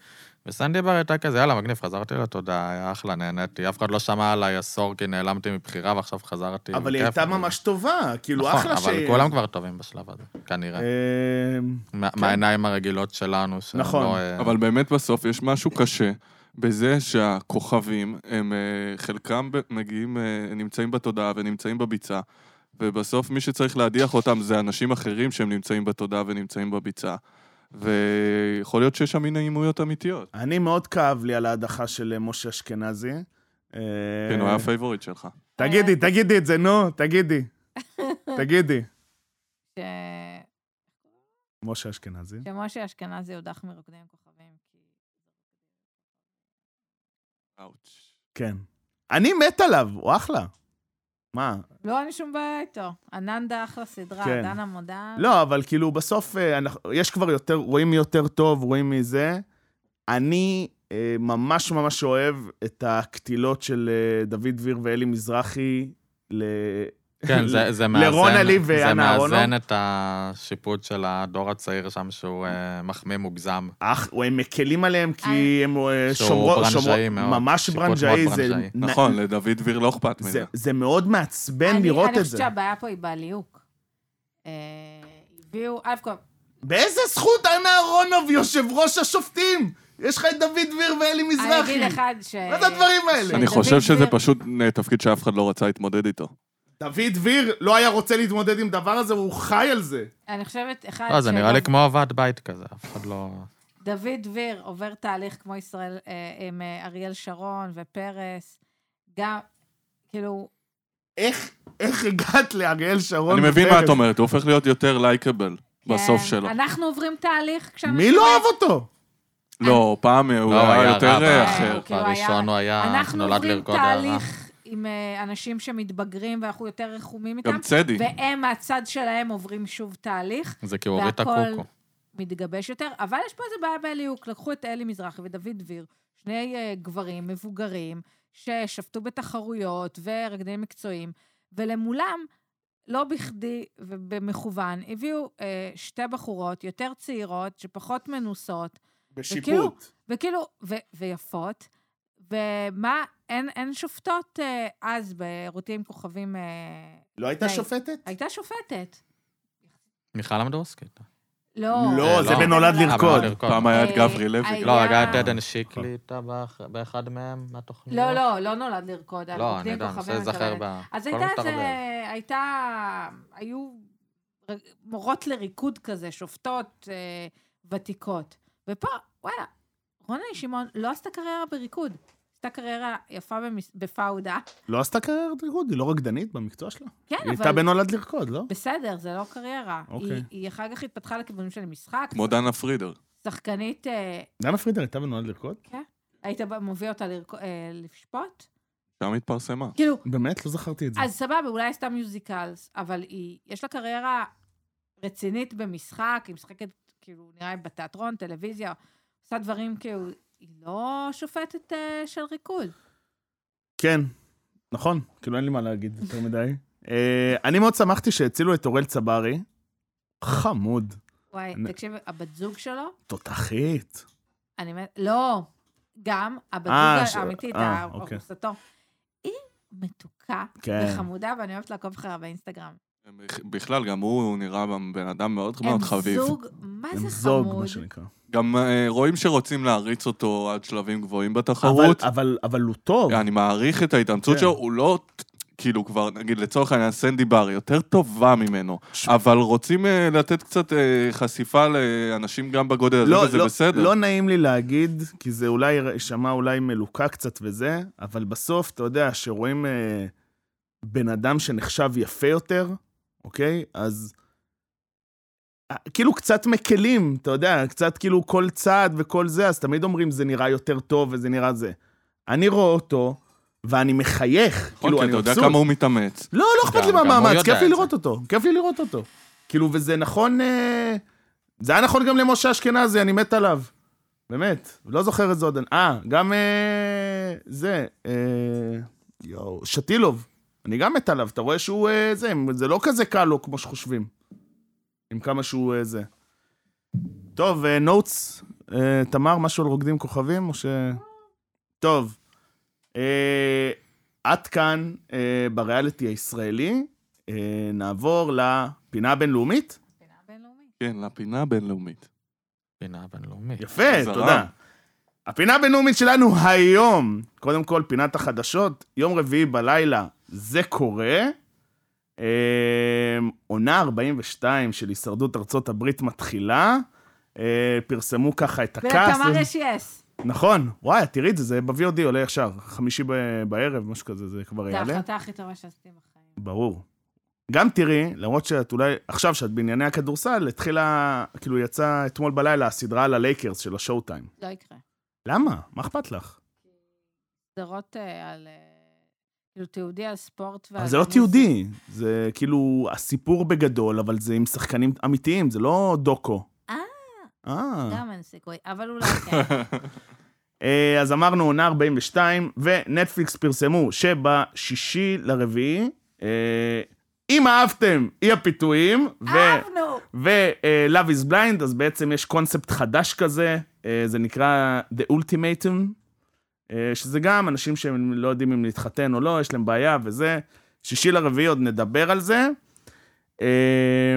F: וסנדי בר הייתה כזה, יאללה, מגניב, חזרתי לתודה, היה אחלה, נהניתי, אף אחד לא שמע עליי עשור, כי נעלמתי מבחירה, ועכשיו חזרתי.
C: אבל היא
F: בכיף."
C: הייתה ממש טובה, כאילו,
F: נכון,
C: אחלה
F: אבל
C: שהיא-
F: כולם כבר טובים בשלב הזה, כנראה.
C: אמ,
F: מה- מהעיניים הרגילות שלנו, שהם
C: נכון.
F: לא... אה,
E: אבל באמת בסוף יש משהו קשה בזה שהכוכבים, הם אה, חלקם ב- מגיעים, אה, נמצאים בתודעה ונמצאים בביצה, ובסוף מי שצריך להדיח אותם זה אנשים אחרים שהם נמצאים בתודעה ונמצאים בביצה. ויכול להיות שיש שם אי נעימויות אמיתיות.
C: אני מאוד כאב לי על ההדחה של אה, משה אשכנזי. אה,
E: כן, הוא היה הפייבוריט שלך.
C: תגידי, תגידי את זה, נו, תגידי. תגידי.
D: ש...
C: משה אשכנזי.
D: שמשה אשכנזי הודח מרוקדים עם כוכבים. כי-
E: אאוץ'.
C: כן. אני מת עליו, הוא אחלה. מה?
D: לא, אין לי שום בעיה איתו. אננדה אחלה סדרה,
C: כן.
D: דנה מודה.
C: לא, אבל כאילו, בסוף אה, אנחנו- יש כבר יותר, רואים מי יותר טוב, רואים מי זה. אני אה, ממש ממש אוהב את הקטילות של אה, דוד דביר ואלי מזרחי. ל...
F: כן,
C: ל-
F: זה, זה מאזן,
C: לרון עלי ואנה
F: זה מאזן
C: אהרונוב.
F: את השיפוט של הדור הצעיר שם, שהוא אה, מחמיא מוגזם.
C: אח, או הם מקלים עליהם כי הם אה,
F: שהוא
C: שומרו,
F: ברנז'אי
C: שומרו,
F: מאוד,
C: ממש
F: שיפוט
C: ברנג'אי,
F: מאוד
C: זה,
F: ברנז'אי.
C: נ-
E: נכון, לדוד דביר לא אכפת מזה.
C: זה, זה מאוד מעצבן
D: אני-
C: לראות
D: אני
C: את
D: חושבת
C: זה.
D: שהבעיה פה היא בליהוק. אה, הביאו, א' כל,
C: באיזה זכות אנה אהרונוב, יושב ראש השופטים? יש לך את דוד דביר ואלי
D: אני אגיד
C: מזרחי.
D: אחד ש...
C: מה זה הדברים האלה?
E: אני
D: דוד
E: חושב שזה
D: דביר-
E: פשוט אה, תפקיד שאף אחד לא רצה להתמודד איתו.
C: דוד דביר לא היה רוצה להתמודד עם דבר הזה, הוא חי על זה.
D: אני חושבת, אחד,
F: לא, זה נראה לי
D: שדוד-
F: כמו ועד בית כזה, אף אחד לא...
D: דוד דביר עובר תהליך כמו ישראל אה, עם אה, אריאל שרון ופרס, גם, כאילו,
C: איך, איך הגעת לאריאל שרון?
E: אני מבין מה
C: בפרק?
E: את אומרת, הוא הופך להיות יותר לייקבל בסוף
D: כן,
E: שלו.
D: אנחנו עוברים תהליך כשאנחנו...
C: מי לא אהב אותו?
E: לא, פעם הוא
F: לא,
E: היה
F: רע
E: יותר אה,
F: ב-
E: אחר.
D: כאילו, היה-
F: בראשון הוא היה,
D: אנחנו
F: נולד
D: עוברים
F: לרקוד היה רע.
D: תהליך עם אה, אנשים שמתבגרים ואנחנו יותר רחומים איתם,
E: גם צדי.
D: והם מהצד שלהם עוברים שוב תהליך,
F: זה כאילו כי הוא הוריד את
D: והכל-
F: הקוקו.
D: מתגבש יותר, אבל יש פה איזה בעיה בליהוק. לקחו את אלי מזרחי ודוד דביר, שני אה, גברים מבוגרים, ששפטו בתחרויות ורקדנים מקצועיים, ולמולם, לא בכדי ובמכוון, הביאו אה, שתי בחורות יותר צעירות, שפחות מנוסות, וכאילו-
C: בשיפוט.
D: וכאילו, ו, ויפות, ומה, אין, אין שופטות אה, אז ברותי עם כוכבים, אה,
C: לא הייתה
D: די.
C: שופטת?
D: הייתה שופטת.
F: מיכל עמדורסקי.
D: לא.
C: לא,
F: זה לא.
C: בנולד
F: אה,
C: לרקוד.
F: אבל לרקוד.
E: פעם היה את
D: אה,
E: גברי לוי.
D: היה-
F: לא, היה את עדן שיקלי איתה באח- באחד מהם, מהתוכניות.
D: לא, לא, לא נולד לרקוד. על
F: לא,
D: רוקדים
F: אני יודע, אני
D: כוכבים,
F: מנסה להיזכר
D: מתכוונת.
F: ב...
D: אז
F: הכל
D: הייתה איזה,
F: מתערבב.
D: הייתה, היו ר- מורות לריקוד כזה, שופטות אה, ותיקות. ופה, וואלה, רונה שמעון לא עשתה קריירה בריקוד, עשתה קריירה יפה במס... בפאודה.
C: לא עשתה קריירת ריקוד, היא לא רקדנית במקצוע שלה.
D: כן,
C: היא
D: אבל...
C: הייתה בנולד לרקוד, לא?
D: בסדר, זה לא קריירה.
C: אוקיי.
D: היא, היא אחר כך התפתחה לכיוונים של משחק,
E: כמו דנה פרידר.
D: שחקנית, אה,
C: דנה פרידר הייתה בנולד לרקוד?
D: היית בא- מביא אותה לרק... אה, לשפוט?
E: שם התפרסמה.
D: כאילו,
C: באמת? לא זכרתי את זה.
D: אז סבבה, אולי עשתה מיוזיקלס, אבל היא, יש לה קריירה רצינית במשחק, היא משחקת, כאילו, נראה לי בתיאטרון, טלוויזיה, עושה דברים כאילו, היא לא שופטת אה, של ריקוד.
C: כן, נכון, כאילו אין לי מה להגיד יותר מדי. אה, אני מאוד שמחתי שהצילו את אורל צברי. חמוד.
D: וואי,
C: אני-
D: תקשיב, הבת זוג שלו,
C: תותחית.
D: אני אומרת, לא, גם הבת
C: אה, ש-
D: זוג האמיתית,
C: אה, אוקיי.
D: ארוסתו, היא מתוקה
C: כן.
D: וחמודה, ואני אוהבת לעקוב אחריה באינסטגרם.
E: בכלל, גם הוא נראה בן אדם מאוד
D: הם
E: מאוד חביב.
D: זוג, מה
C: הם
D: זה
C: זוג,
D: חמוד.
C: מה שנקרא.
E: גם אה, רואים שרוצים להריץ אותו עד שלבים גבוהים
C: אבל-
E: בתחרות.
C: אבל- אבל הוא טוב.
E: אני מעריך את ההתאמצות
C: כן.
E: שלו, הוא לא, כאילו כבר, נגיד לצורך העניין, סנדי בר יותר טובה ממנו, אבל רוצים אה, לתת קצת אה, חשיפה לאנשים גם בגודל הזה,
C: לא,
E: וזה
C: לא,
E: בסדר. אוקיי,
C: לא נעים לי להגיד, כי זה אולי יישמע אולי מלוקה קצת וזה, אבל בסוף, אתה יודע, שרואים אה, בן אדם שנחשב יפה יותר, אוקיי? אז אה, כאילו קצת מקלים, אתה יודע, קצת כאילו כל צעד וכל זה, אז תמיד אומרים, זה נראה יותר טוב וזה נראה זה. אני רואה אותו, ואני מחייך,
E: נכון,
C: כאילו,
E: כי
C: אני
E: אתה יודע
C: מבסוט.
E: כמה הוא מתאמץ.
C: לא, לא אכפת
F: גם-
C: לי
F: גם הוא
C: מהמאמץ,
F: יודע
C: כיף לי
F: את זה.
C: לראות אותו, כיף לי לראות אותו. כאילו, וזה נכון, אה, זה היה נכון גם למשה אשכנזי, אני מת עליו. באמת, לא זוכר את זה עוד. אה, גם אה, זה, אה, יואו, שטילוב, אני גם מת עליו, אתה רואה שהוא אה, זה, זה לא כזה קל לו כמו שחושבים, עם כמה שהוא אה, זה. טוב, אה, נוטס, אה, תמר, משהו על רוקדים כוכבים, או ש... טוב. אה, עד כאן אה, בריאליטי הישראלי. אה, נעבור לפינה הבינלאומית.
D: פינה בינלאומית.
E: כן, לפינה הבינלאומית.
F: פינה בינלאומית.
C: יפה,
E: זרם.
C: תודה. הפינה הבינלאומית שלנו היום, קודם כל פינת החדשות, יום רביעי בלילה, זה קורה. אה, עונה 42 של הישרדות ארצות הברית מתחילה. אה, פרסמו ככה את הכעס.
D: ולתמר יש יס.
C: נכון, וואי, תראי את זה, זה ב-VOD עולה ישר, חמישי ב- בערב, משהו כזה, זה כבר
D: זו
C: יעלה.
D: ההחלטה הכי טובה שעשיתי בחיים.
C: ברור. גם תראי, למרות שאת אולי, עכשיו שאת בענייני הכדורסל, התחילה, כאילו יצאה אתמול בלילה הסדרה על הלייקרס של השואו טיים.
D: לא יקרה.
C: למה? מה אכפת לך?
D: סדרות אה, על... אה, כאילו, תיעודי על ספורט ועל...
C: אבל זה לא
D: מוזיקה.
C: תיעודי, זה כאילו הסיפור בגדול, אבל זה עם שחקנים אמיתיים, זה לא דוקו.
D: אה.
C: אה.
D: גם אין סיכוי, אבל אולי כן.
C: אה, אז אמרנו עונה 42, ונטפליקס פרסמו שבשישי לרביעי, אה, אם אהבתם אי הפיתויים, ו...
D: אהבנו!
C: ו-Love is Blind, אז בעצם יש קונספט חדש כזה, אה, זה נקרא The Ultimatum, אה, שזה גם אנשים שהם לא יודעים אם להתחתן או לא, יש להם בעיה וזה. שישי לרביעי עוד נדבר על זה. אה,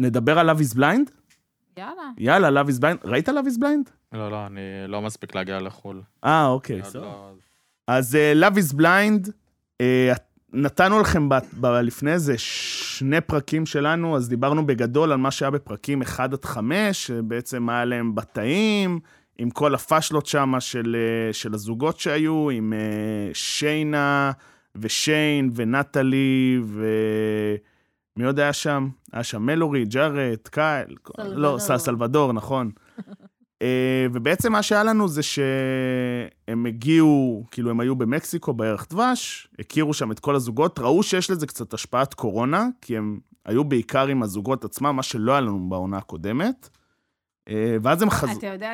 C: נדבר על Love is Blind?
D: יאללה.
C: יאללה, Love is Blind. ראית Love is Blind?
F: לא, לא, אני לא מספיק להגיע לחו"ל.
C: אה, אוקיי.
E: כן,
F: אני עוד
C: סבבה.
F: לא-
C: אז אה, Love is Blind, אה, נתנו לכם ב- ב- לפני איזה שני פרקים שלנו, אז דיברנו בגדול על מה שהיה בפרקים 1 עד 5, שבעצם היה להם בתאים, עם כל הפאשלות שם של, אה, של הזוגות שהיו, עם אה, שיינה ושיין ונטלי ו... מי עוד היה שם? היה שם מלורי, ג'ארט, קייל, כל-
D: סלבדור.
C: לא, סל- סלבדור, נכון. אה, ובעצם מה שהיה לנו זה שהם הגיעו, כאילו הם היו במקסיקו בערך דבש, הכירו שם את כל הזוגות, ראו שיש לזה קצת השפעת קורונה, כי הם היו בעיקר עם הזוגות עצמם, מה שלא היה לנו בעונה הקודמת. אה, ואז הם חזרו...
D: אתה יודע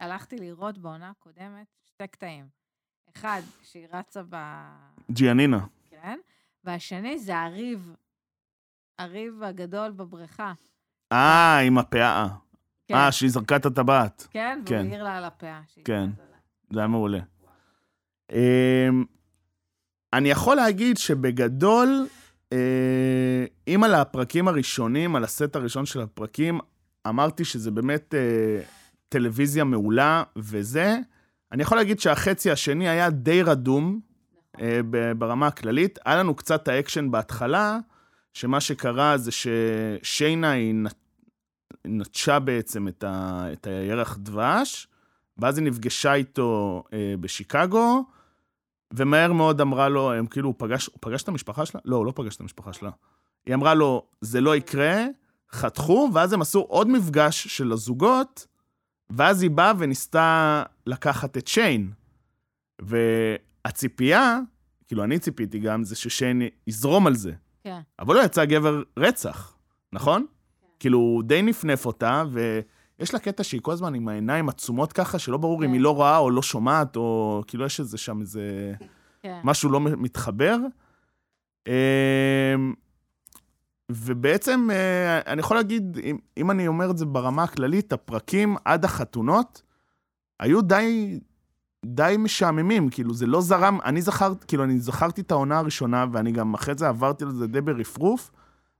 D: שהלכתי לראות בעונה הקודמת שתי קטעים. אחד, שהיא רצה ב...
C: ג'יאנינה.
D: כן, והשני זה הריב, הריב הגדול בבריכה.
C: אה, עם הפאה.
D: כן,
C: אה, שהיא זרקה את הטבעת.
D: כן, והוא
C: כן.
D: העיר לה על הפאה. שהיא
C: כן.
D: נכנסת עליה.
C: זה היה מעולה. אמ, אני יכול להגיד שבגדול, אה, אם על הפרקים הראשונים, על הסט הראשון של הפרקים, אמרתי שזה באמת אה, טלוויזיה מעולה וזה, אני יכול להגיד שהחצי השני היה די רדום אה, ב- ברמה הכללית. היה לנו קצת האקשן בהתחלה, שמה שקרה זה ששיינה היא נ- נטשה בעצם את, ה... את הירח דבש, ואז היא נפגשה איתו אה, בשיקגו, ומהר מאוד אמרה לו, הם כאילו, הוא פגש, הוא פגש את המשפחה שלה? לא, הוא לא פגש את המשפחה שלה. היא אמרה לו, זה לא יקרה, חתכו, ואז הם עשו עוד מפגש של הזוגות, ואז היא באה וניסתה לקחת את שיין. והציפייה, כאילו, אני ציפיתי גם, זה ששיין יזרום על זה.
D: כן.
C: אבל לא יצא גבר רצח, נכון? כאילו, הוא די נפנף אותה, ויש לה קטע שהיא כל הזמן עם העיניים עצומות ככה, שלא ברור אם
D: כן.
C: היא לא רואה או לא שומעת, או כאילו יש איזה שם איזה...
D: כן.
C: משהו לא מתחבר. אמ, ובעצם, אה, אני יכול להגיד, אם, אם אני אומר את זה ברמה הכללית, הפרקים עד החתונות היו די, די משעממים, כאילו, זה לא זרם, אני זכרתי, כאילו, אני זכרתי את העונה הראשונה, ואני גם אחרי זה עברתי לזה די ברפרוף.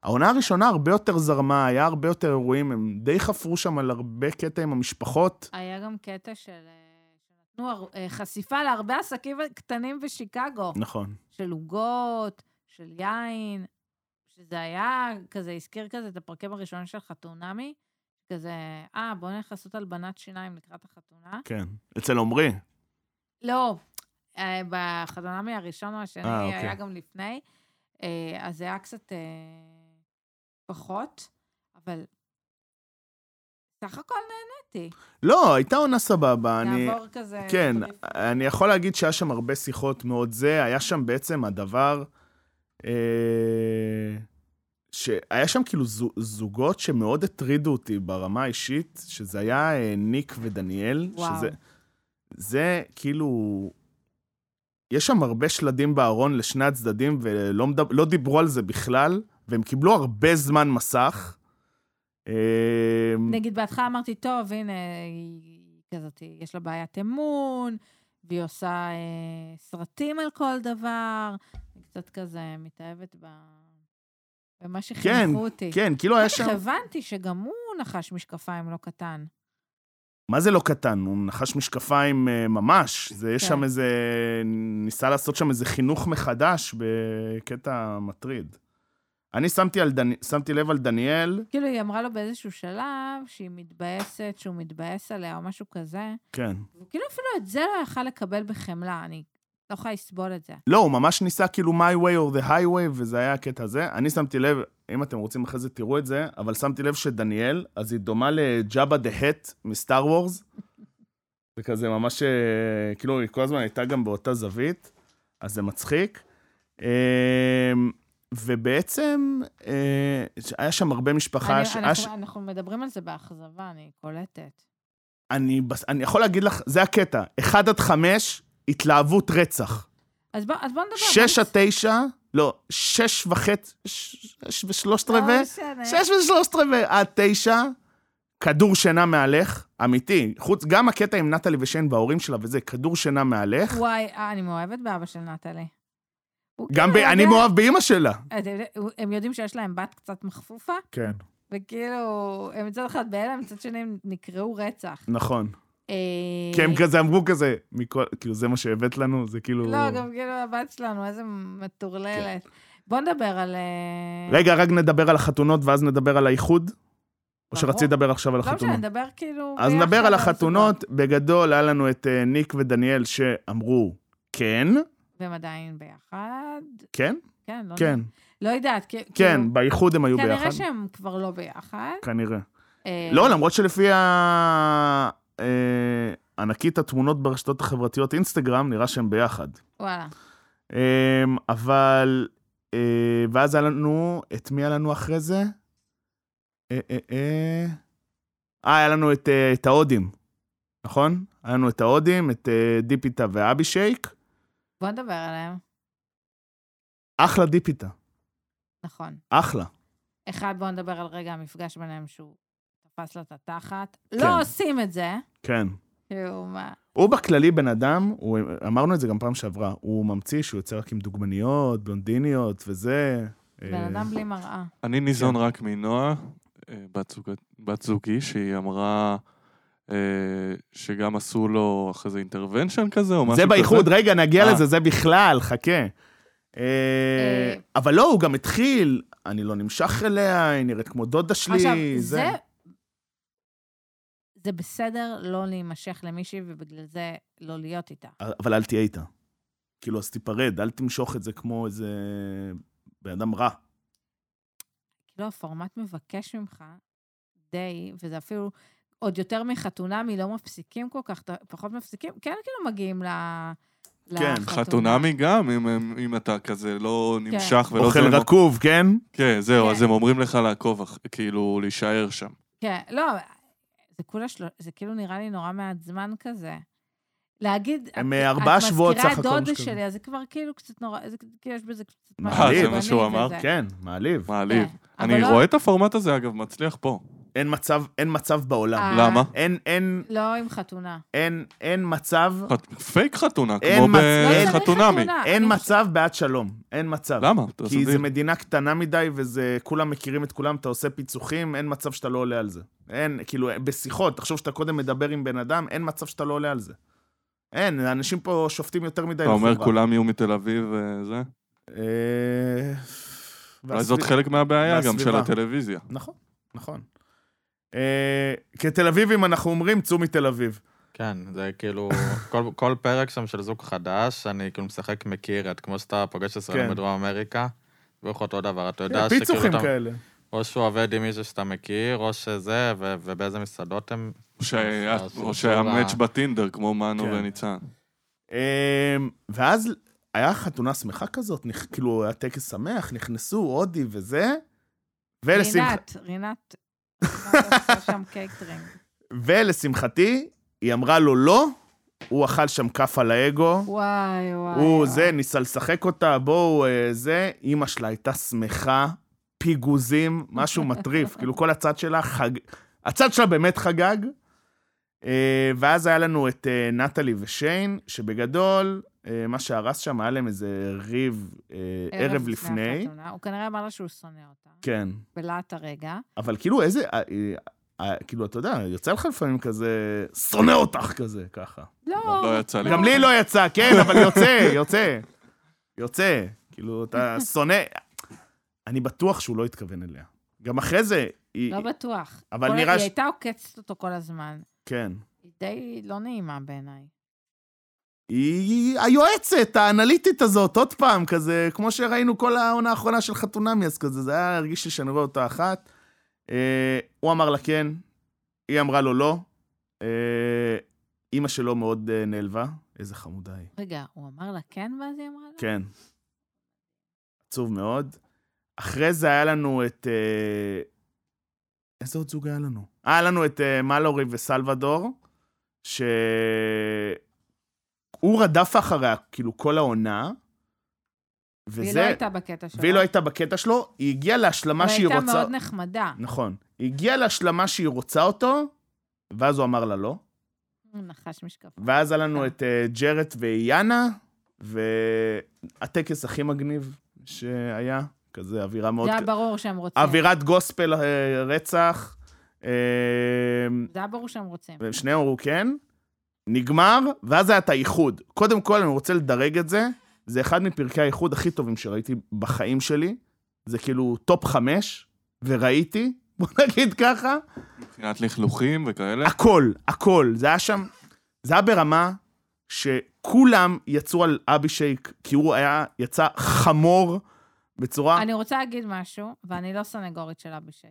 C: העונה הראשונה הרבה יותר זרמה, היה הרבה יותר אירועים, הם די חפרו שם על הרבה קטע עם המשפחות.
D: היה גם קטע של... אה, שנתנו הר- אה, חשיפה להרבה עסקים קטנים בשיקגו,
C: נכון.
D: של עוגות, של יין, שזה היה כזה, הזכיר כזה את הפרקים הראשונים של חתונמי, כזה, אה, בואו נלך לעשות הלבנת שיניים לקראת החתונה.
C: כן. אצל עמרי.
D: לא, אה, בחתונמי הראשון או השני,
C: אה, אוקיי.
D: היה גם לפני, אה, אז זה היה קצת אה, פחות, אבל סך הכל נהניתי.
C: לא, הייתה עונה סבבה, אני...
D: לעבור כזה...
C: כן,
D: חליפה.
C: אני יכול להגיד שהיה שם הרבה שיחות מאוד זה, היה שם בעצם הדבר, אה, שהיה שם כאילו זו- זוגות שמאוד הטרידו אותי ברמה האישית, שזה היה אה, ניק ודניאל,
D: וואו.
C: שזה, זה כאילו, יש שם הרבה שלדים בארון לשני הצדדים, ולא מדב, לא דיברו על זה בכלל, והם קיבלו הרבה זמן מסך. אה,
D: נגיד בהתחלה אמרתי, טוב, הנה, היא כזאת, יש לה בעיית אמון, והיא עושה אה, סרטים על כל דבר, היא קצת כזה מתאהבת ב... במה שחינכו אותי.
C: כן, כאילו היה שם...
D: אחר כך הבנתי שגם הוא נחש משקפיים לא קטן.
C: מה זה לא קטן? הוא נחש משקפיים אה, ממש. זה, יש
D: כן.
C: שם איזה... ניסה לעשות שם איזה חינוך מחדש בקטע מטריד. אני שמתי, על דני, שמתי לב על דניאל,
D: כאילו, היא אמרה לו באיזשהו שלב שהיא מתבאסת, שהוא מתבאס עליה או משהו כזה,
C: כן.
D: והוא כאילו אפילו את זה לא יכל לקבל בחמלה, אני לא יכולה לסבול את זה.
C: לא, הוא ממש ניסה כאילו my way or the highway, וזה היה הקטע הזה. אני שמתי לב, אם אתם רוצים אחרי זה תראו את זה, אבל שמתי לב שדניאל, אז היא דומה לג'אבה דה הט מסטאר וורס. זה כזה ממש, אה, כאילו, היא כל הזמן הייתה גם באותה זווית, אז זה מצחיק. אה, ובעצם, אה, היה שם הרבה משפחה...
D: אני-
C: ש- היה ש-
D: אנחנו- אנחנו מדברים על זה באכזבה, אני קולטת.
C: אני בס- אני יכול להגיד לך, זה הקטע. 1 עד 5, התלהבות רצח.
D: אז בואו בוא נדבר.
C: שש
D: בוא
C: עד תשע, לא, שש וחצי, ש- שש ושלושת
D: נס-
C: רבעי,
D: לא משנה.
C: שש ושלושת רבעי עד תשע, כדור שינה מהלך, אמיתי. חוץ, גם הקטע עם נטלי ושיין וההורים שלה וזה, כדור שינה מהלך.
D: וואי, אה, אני מאוהבת באבא של נטלי. הוא
C: גם ב...
D: כאילו
C: אני
D: יודע-
C: מאוהב באימא שלה.
D: אתה יודע, הוא- הם יודעים שיש להם בת קצת מכפופה,
C: כן.
D: וכאילו, הם מצד אחד בהלם, מצד שני הם נקראו רצח.
C: נכון.
D: אה,
C: כי הם כזה אמרו כזה, מכל, כאילו, זה מה שהבאת לנו, זה כאילו...
D: לא, גם כאילו הבת שלנו, איזה
C: כן.
D: מטורללת. בוא נדבר על... אה,
C: רגע, רק נדבר על החתונות ואז נדבר על האיחוד. או שרצית לדבר עכשיו על
D: לא משנה,
C: החתונות?
D: נדבר כאילו...
C: אז
D: ביחד
C: נדבר על
D: הסיפור.
C: החתונות. בגדול, היה לנו את אה, ניק ודניאל שאמרו כן.
D: והם עדיין ביחד.
C: כן?
D: כן, לא
C: כן.
D: לא יודעת, כי- כאילו,
C: כן, באיחוד הם היו ביחד.
D: כנראה שהם כבר לא ביחד.
C: כנראה.
D: אה,
C: לא, למרות שלפי ה- אה, ענקית התמונות ברשתות החברתיות אינסטגרם, נראה שהם ביחד.
D: וואלה.
C: אה, אבל... אה, ואז היה לנו... את מי היה לנו אחרי זה? אה, אה, אה... אה, היה לנו את, אה, את ההודים, נכון? היה לנו את ההודים, את אה, דיפיטה ואבי שייק.
D: בוא נדבר עליהם.
C: אחלה דיפיטה,
D: נכון.
C: אחלה.
D: אחד, בוא נדבר על רגע המפגש ביניהם שהוא תפס לה את התחת. לא עושים את זה.
C: כן.
D: כאילו, מה?
C: הוא בכללי בן אדם, הוא, אמרנו את זה גם פעם שעברה, הוא ממציא שהוא יוצא רק עם דוגמניות, בלונדיניות וזה. אה,
D: בן אדם בלי מראה.
E: אני
C: כן.
E: ניזון רק מנועה, אה, בת זוג- בת זוגי, שהיא אמרה אה, שגם עשו לו אחרי זה אינטרוונשן כזה, או משהו כזה.
C: זה באיחוד, רגע, נגיע
E: אה.
C: לזה, זה בכלל, חכה. אה,
D: אה.
C: אבל לא, הוא גם התחיל, אני לא נמשך אליה, היא נראית כמו דודה שלי,
D: עכשיו,
C: זה.
D: זה... זה בסדר לא להימשך למישהי ובגלל זה לא להיות איתה.
C: אבל אל תהיה איתה. כאילו, אז תיפרד, אל תמשוך את זה כמו איזה בן אדם רע.
D: כאילו, הפורמט מבקש ממך די, וזה אפילו עוד יותר מחתונמי, לא מפסיקים כל כך, ת- פחות מפסיקים, כן כאילו מגיעים ל...
C: כן,
D: לחתונה.
E: חתונמי גם, אם, הם- אם אתה כזה לא נמשך ולא...
C: אוכל
E: זה, הם-
C: רקוב, כן?
E: כן, זהו,
D: כן.
E: אז הם אומרים לך לעקוב, אח- כאילו, להישאר שם.
D: כן, לא, זה כולה של... זה כאילו נראה לי נורא מעט זמן כזה. להגיד,
C: הם,
D: את-
C: אה, ארבעה שבועות סך
D: את
C: הכל,
D: מזכירה את
C: משהו
D: דודה
C: כזה.
D: שלי, אז זה כבר כאילו קצת נורא, זה כאילו יש בזה קצת...
C: מה,
D: משהו
C: זה מה
D: עצבני
E: שהוא אמר?
D: וזה.
C: כן, מעליב.
E: מעליב.
D: כן, אבל
E: אני
D: לא-
E: רואה את הפורמט הזה, אגב, מצליח פה.
C: אין מצב, אין מצב בעולם.
D: אה.
E: למה?
C: אין, אין,
D: לא עם חתונה.
C: אין, אין מצב,
E: חת- פייק חתונה,
C: אין
E: כמו
C: מצ- לא צריך
E: בחתונמי.
D: אני
C: אין
D: חושבת-
C: מצב בעד שלום. אין מצב.
E: למה?
C: כי
E: תעשי-
C: זו מדינה קטנה מדי, וזה, כולם מכירים את כולם, אתה עושה פיצוחים, אין מצב שאתה לא עולה על זה. אין, כאילו, בשיחות, תחשוב שאתה קודם מדבר עם בן אדם, אין מצב שאתה לא עולה על זה. אין, אנשים פה שופטים יותר מדי.
E: אתה אומר
C: לחומרה.
E: כולם יהיו מתל אביב וזה?
C: אה,
E: אולי זאת
C: והסביב-
E: חלק מהבעיה גם של
C: והסביבה.
E: הטלוויזיה.
C: נכון, נכון. אה, כתל אביבים אנחנו אומרים, צאו מתל אביב.
F: כן, זה כאילו, כל, כל פרק שם של זוג חדש, אני כאילו משחק מכירת, כמו שאתה פוגש ישראלים
C: כן.
F: בדרום אמריקה, בערך אותו דבר, אתה יודע
C: פיצוחים
F: אתה,
C: כאלה.
F: או שהוא עובד עם מישהו שאתה מכיר, או שזה, ו, ובאיזה מסעדות הם...
E: או שהיה-
F: הסיפור
E: או שהיה
F: ה-
E: מאץ' בטינדר, כמו מנו
C: כן.
E: וניצן.
C: אמ, ואז היה חתונה שמחה כזאת, נכ- כאילו היה טקס שמח, נכנסו הודי וזה, ולשמח...
D: רינת, רינת. רינת לא עושה שם קייטרינג.
C: ולשמחתי, היא אמרה לו לא, הוא אכל שם כף על האגו,
D: וואי, וואי.
C: הוא
D: וואי.
C: זה, ניסה לשחק אותה, בואו אה, זה, אימא שלה הייתה שמחה, פיגוזים, משהו מטריף, כאילו כל הצד שלה חג... הצד שלה באמת חגג. אה, ואז היה לנו את אה, נטלי ושיין, שבגדול, אה, מה שהרס שם, היה להם איזה ריב אה, ערב לפני.
D: החתונה. הוא כנראה אמר לה שהוא שונא אותה.
C: כן.
D: בלהט הרגע.
C: אבל כאילו איזה, אה, אה, אה, כאילו, אתה יודע, יוצא לך לפעמים כזה, שונא אותך כזה, ככה.
D: לא.
E: לא יצא לי.
C: גם לי לא יצא, כן, אבל יוצא, יוצא. יוצא. כאילו, אתה שונא... אני בטוח שהוא לא התכוון אליה. גם אחרי זה, היא...
D: לא בטוח.
C: אבל
D: כל-
C: נראה
D: היא
C: ש-
D: הייתה עוקצת אותו כל הזמן.
C: כן.
D: היא די לא נעימה בעיניי.
C: היא היועצת האנליטית הזאת, עוד פעם, כזה, כמו שראינו כל העונה האחרונה של חתונמי, אז כזה, זה היה, הרגיש לי שאני רואה אותה אחת. אה, הוא אמר לה כן, היא אמרה לו לא. אה, אימא שלו מאוד אה, נעלבה, איזה חמודה היא.
D: רגע, הוא אמר לה כן ואז היא אמרה לה?
C: כן. עצוב מאוד. אחרי זה היה לנו את... אה, איזה עוד זוג היה לנו? אה, היה לנו את אה, מלורי וסלבדור, שהוא רדף אחריה, כאילו, כל העונה,
D: והיא לא
C: וזה...
D: הייתה בקטע שלו.
C: והיא לא הייתה בקטע שלו, היא הגיעה להשלמה שהיא
D: אבל
C: רוצה...
D: הייתה מאוד נחמדה.
C: נכון. היא הגיעה להשלמה שהיא רוצה אותו, ואז הוא אמר לה לא.
D: נחש משקפה.
C: ואז היה
D: כן.
C: לנו את אה, ג'רט ואיאנה, והטקס הכי מגניב שהיה, כזה אווירה מאוד...
D: זה היה ברור שהם רוצים.
C: אווירת גוספל אה, רצח. אה,
D: זה היה ברור שהם רוצים.
C: ושניהם אמרו כן. נגמר, ואז היה את האיחוד. קודם כל, אני רוצה לדרג את זה, זה אחד מפרקי האיחוד הכי טובים שראיתי בחיים שלי. זה כאילו טופ חמש, וראיתי, בוא נגיד ככה.
E: מבחינת לכלוכים וכאלה.
C: הכל, הכל. זה היה שם, זה היה ברמה שכולם יצאו על אבישייק, כי הוא היה, יצא חמור בצורה...
D: אני רוצה להגיד משהו, ואני לא סנגורית של אבישי,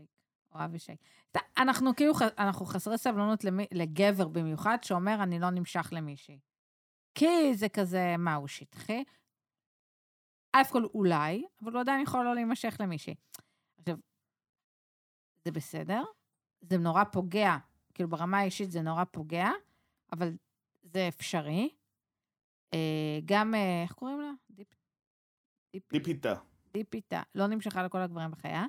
D: או אבישי. אתה- אנחנו כאילו, ח- אנחנו חסרי סבלנות למי, לגבר במיוחד, שאומר, אני לא נמשך למישהי. כי זה כזה, מה, הוא שטחי? א' כל אולי, אבל הוא עדיין יכול לא להימשך למישהי. עכשיו, זה בסדר, זה נורא פוגע, כאילו ברמה האישית זה נורא פוגע, אבל זה אפשרי. אה, גם, אה, איך קוראים לה? דיפ... דיפ...
C: טיפיטה.
D: דיפיטה, לא נמשכה לכל הגברים בחייה.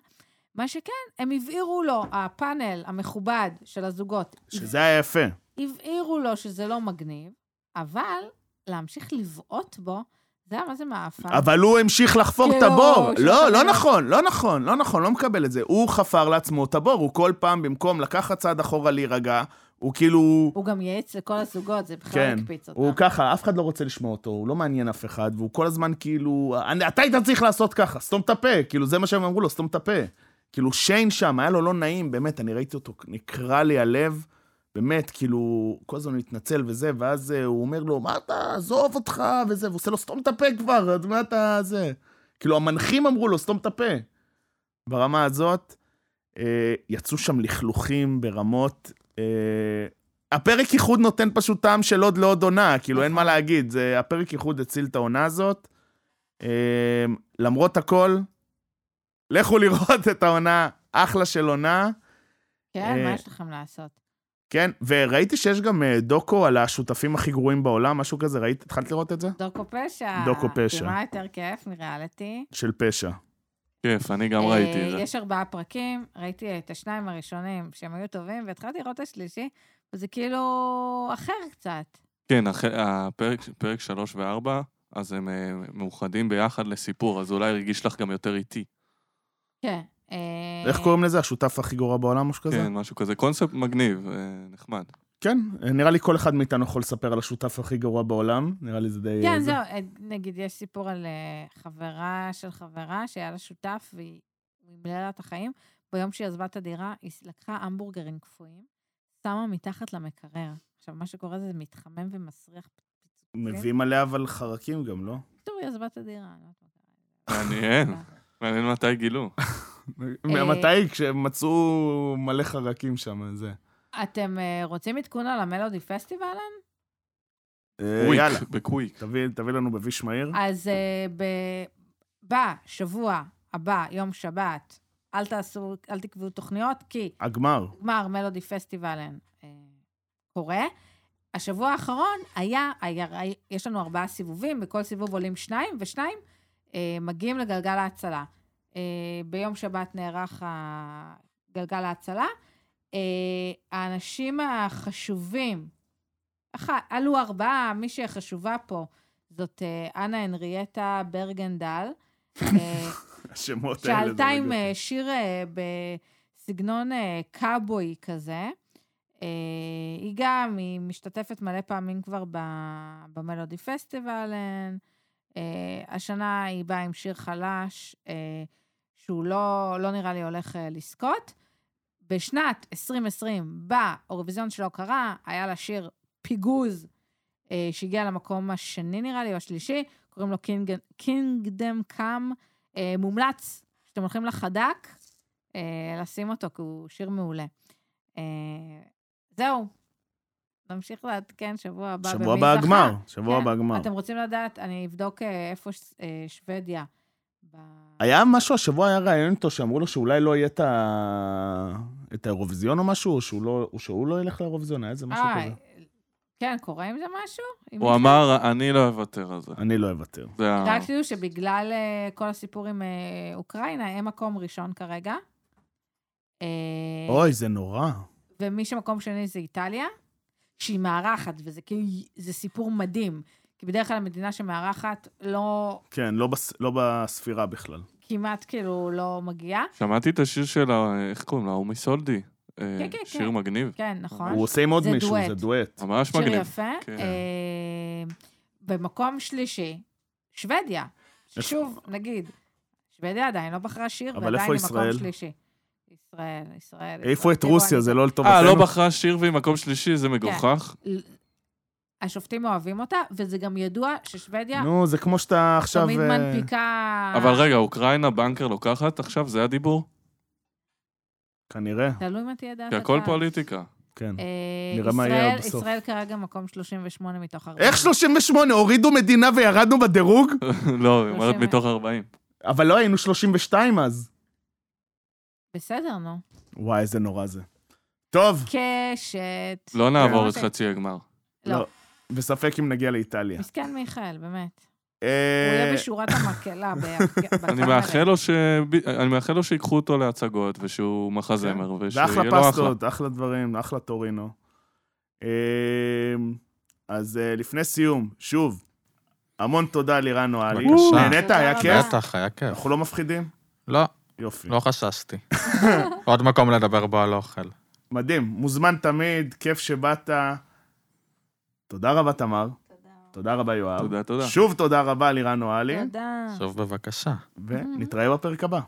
D: מה שכן, הם הבהירו לו, הפאנל המכובד של הזוגות,
C: שזה היה יפה.
D: הבהירו לו שזה לא מגניב, אבל להמשיך לבעוט בו, זה היה מה זה מעפה.
C: אבל הוא המשיך לחפור את
D: כאילו,
C: הבור.
D: שהוא
C: לא, לא
D: חפר-
C: נכון, לא נכון, לא נכון, לא מקבל את זה. הוא חפר לעצמו את הבור, הוא כל פעם, במקום לקחת צעד אחורה להירגע, הוא כאילו...
D: הוא גם ייעץ לכל הזוגות, זה בכלל
C: כן,
D: הקפיץ אותם.
C: הוא ככה, אף אחד לא רוצה לשמוע אותו, הוא לא מעניין אף אחד, והוא כל הזמן כאילו... "אני- אתה היית צריך לעשות ככה, סתום את הפה. כאילו, זה מה שהם אמרו לו, סתום את הפה. כאילו, שיין שם, היה לו לא נעים, באמת, אני ראיתי אותו, נקרע לי הלב. באמת, כאילו, כל הזמן הוא מתנצל וזה, ואז אה, הוא אומר לו, מה אתה, עזוב אותך, וזה, והוא עושה לו, סתום את הפה כבר, אז מה אתה, זה. כאילו, המנחים אמרו לו, סתום את הפה. ברמה הזאת, אה, יצאו שם לכלוכים ברמות... אה, הפרק איחוד נותן פשוט טעם של עוד לעוד עונה, כאילו,
D: נכון.
C: אין מה להגיד, זה, הפרק איחוד הציל את העונה הזאת. אה, למרות הכל, לכו לראות את העונה, אחלה של עונה.
D: כן,
C: אה,
D: מה יש לכם לעשות?
C: כן, וראיתי שיש גם אה, דוקו על השותפים הכי גרועים בעולם, משהו כזה, ראית? התחלת לראות את זה?
D: דוקו פשע.
C: דוקו פשע.
D: כי מה יותר כיף מריאליטי?
C: של פשע.
E: כיף, אני גם ראיתי
D: אה,
E: את זה.
D: יש ארבעה פרקים, ראיתי את השניים הראשונים שהם היו טובים, והתחלתי לראות את השלישי, וזה כאילו אחר קצת.
E: כן, אחרי- הפרק פרק שלוש וארבע, אז הם אה, מאוחדים ביחד לסיפור, אז אולי הרגיש לך גם יותר איטי.
D: כן. אה,
C: איך קוראים לזה? השותף הכי גרוע בעולם, משהו כזה?
E: כן, משהו כזה. קונספט מגניב, אה, נחמד.
C: כן, נראה לי כל אחד מאיתנו יכול לספר על השותף הכי גרוע בעולם, נראה לי זה די...
D: כן,
C: זה-
D: זהו, אה, נגיד, יש סיפור על אה, חברה של חברה שהיה לה שותף והיא היא מילאה לה את החיים. ביום שהיא עזבה את הדירה, היא לקחה המבורגרים קפואים, שמה מתחת למקרר. עכשיו, מה שקורה זה מתחמם ומסריח.
C: מביאים
D: אוקיי.
C: עליה אבל חרקים גם, לא?
D: פתאום היא עזבה את הדירה. אני לא יודעת מה קרה. אה,
E: מעניין, מעניין מתי גילו.
C: מתי? כשמצאו מלא חרקים שם, זה.
D: אתם אה, רוצים עדכון על המלודי פסטיבל?
C: אה, יאללה,
E: קוויק, בקוויק.
C: תביא תביא לנו בביש מהיר.
D: אז אה, ב- בשבוע הבא, יום שבת, אל תעשו, אל תקבעו תוכניות, כי
C: הגמר.
D: גמר מלודי פסטיבלן אה, קורה. השבוע האחרון היה, היה, יש לנו ארבעה סיבובים, בכל סיבוב עולים שניים, ושניים אה, מגיעים לגלגל ההצלה. אה, ביום שבת נערך ה- גלגל ההצלה. אה, האנשים החשובים, אחת, עלו ארבעה, מי שחשובה פה זאת אה, אנה הנריאטה ברגנדל. אה,
C: השמות האלה.
D: שעלתה
C: זה
D: עם
C: רגע.
D: אה, שיר אה, בסגנון אה, קאבוי כזה. אה, היא גם, היא משתתפת מלא פעמים כבר ב- במלודי פסטיבלן. אה, השנה היא באה עם שיר חלש, אה, שהוא לא, לא נראה לי הולך אה, לזכות. בשנת 2020, באירוויזיון שלא קרה, היה לה שיר פיגוז, אה, שהגיע למקום השני נראה לי, או השלישי, קוראים לו קינגדם קאם. אה, מומלץ, כשאתם הולכים לחדק, אה, לשים אותו, כי הוא שיר מעולה. אה, זהו. נמשיך לעדכן שבוע הבא במי
C: שבוע הבא
D: זכה.
C: הגמר. שבוע
D: כן.
C: הבא הגמר.
D: אתם רוצים לדעת, אני אבדוק אה, איפה ש- אה, שוודיה. ב-
C: היה משהו, השבוע היה ראיון איתו שאמרו לו שאולי לא יהיה את ה... את האירוויזיון או משהו, או שהוא לא, או שהוא לא ילך לאירוויזיון, היה איזה משהו
D: אה,
C: כזה.
D: כן, קורה עם זה משהו? עם
E: הוא
D: מישהו?
E: אמר, אני לא אוותר על זה.
C: אני לא אוותר.
D: אה.
E: זה ה...
D: רק תדעו שבגלל אה, כל הסיפור עם אה, אוקראינה, הם מקום ראשון כרגע. אה,
C: אוי, זה נורא.
D: ומי שמקום שני זה איטליה, שהיא מארחת, וזה כאילו, זה סיפור מדהים. כי בדרך כלל המדינה שמארחת לא,
C: כן, לא, בס... לא בספירה בכלל.
D: כמעט כאילו לא מגיעה.
E: שמעתי את השיר של ה... איך קוראים לה? עומי סולדי. אה,
D: כן, כן,
E: שיר
D: כן.
E: מגניב.
D: כן, נכון.
C: הוא עושה עם עוד
D: זה
C: מישהו,
D: דואט.
C: זה דואט.
E: ממש
D: שיר
E: מגניב.
D: יפה.
E: כן.
D: אה, במקום שלישי, שוודיה. שוב, נגיד, שוודיה עדיין לא בחרה שיר,
C: אבל
D: ועדיין
C: איפה
D: היא מקום
C: ישראל?
D: שלישי. ישראל, ישראל.
C: העיפו את
D: תראו,
C: רוסיה,
D: אני-
C: זה לא
E: אה,
C: לטובתנו.
E: לא בחרה שיר והיא מקום שלישי,
D: כן.
E: זה מגוחך.
D: השופטים אוהבים אותה, וזה גם ידוע ששוודיה
C: נו, זה כמו שאתה עכשיו...
D: תמיד
C: אה,
D: מנפיקה...
E: אבל רגע, אוקראינה בנקר לוקחת עכשיו? זה הדיבור?
C: כנראה,
D: תלוי מה תהיה דעת
E: כי הכל פוליטיקה.
C: כן.
D: אה,
C: נראה מה יהיה
D: ישראל-
C: עוד בסוף.
D: ישראל כרגע מקום 38 מתוך 40.
C: איך 38? הורידו מדינה וירדנו בדירוג?
E: לא, היא אומרת
D: יפה.
E: מתוך 40.
C: אבל לא היינו 32 אז.
D: בסדר, נו.
C: וואי, איזה נורא זה. טוב,
D: קשת.
E: לא נעבור את
D: אוקיי.
E: חצי הגמר.
D: לא.
C: לא. בספק אם נגיע לאיטליה.
D: מסכן מיכאל, באמת.
C: אה,
D: הוא יהיה בשורת המקהלה. ב-
E: אני מאחל לו ש... אני מאחל לו שיקחו אותו להצגות, ושהוא
D: כן.
E: מחזמר,
C: ואחלה
E: ושיהיה לו אחלה.
C: פסטות, אחלה דברים, אחלה טורינו. אמ, אז אה, לפני סיום, שוב, המון תודה לירן אוהלי.
F: בבקשה.
C: נהנית, היה
D: תודה
C: כיף?
D: רבה.
F: בטח, היה כיף.
C: אנחנו לא מפחידים?
F: לא,
C: יופי.
F: לא חששתי. עוד מקום לדבר בו על אוכל.
C: מדהים, מוזמן תמיד, כיף שבאת. תודה רבה, תמר. תודה רבה, יואב.
E: תודה, תודה.
C: שוב תודה רבה לירן אוהלי,
D: תודה.
F: שוב בבקשה.
C: ונתראה בפרק הבא.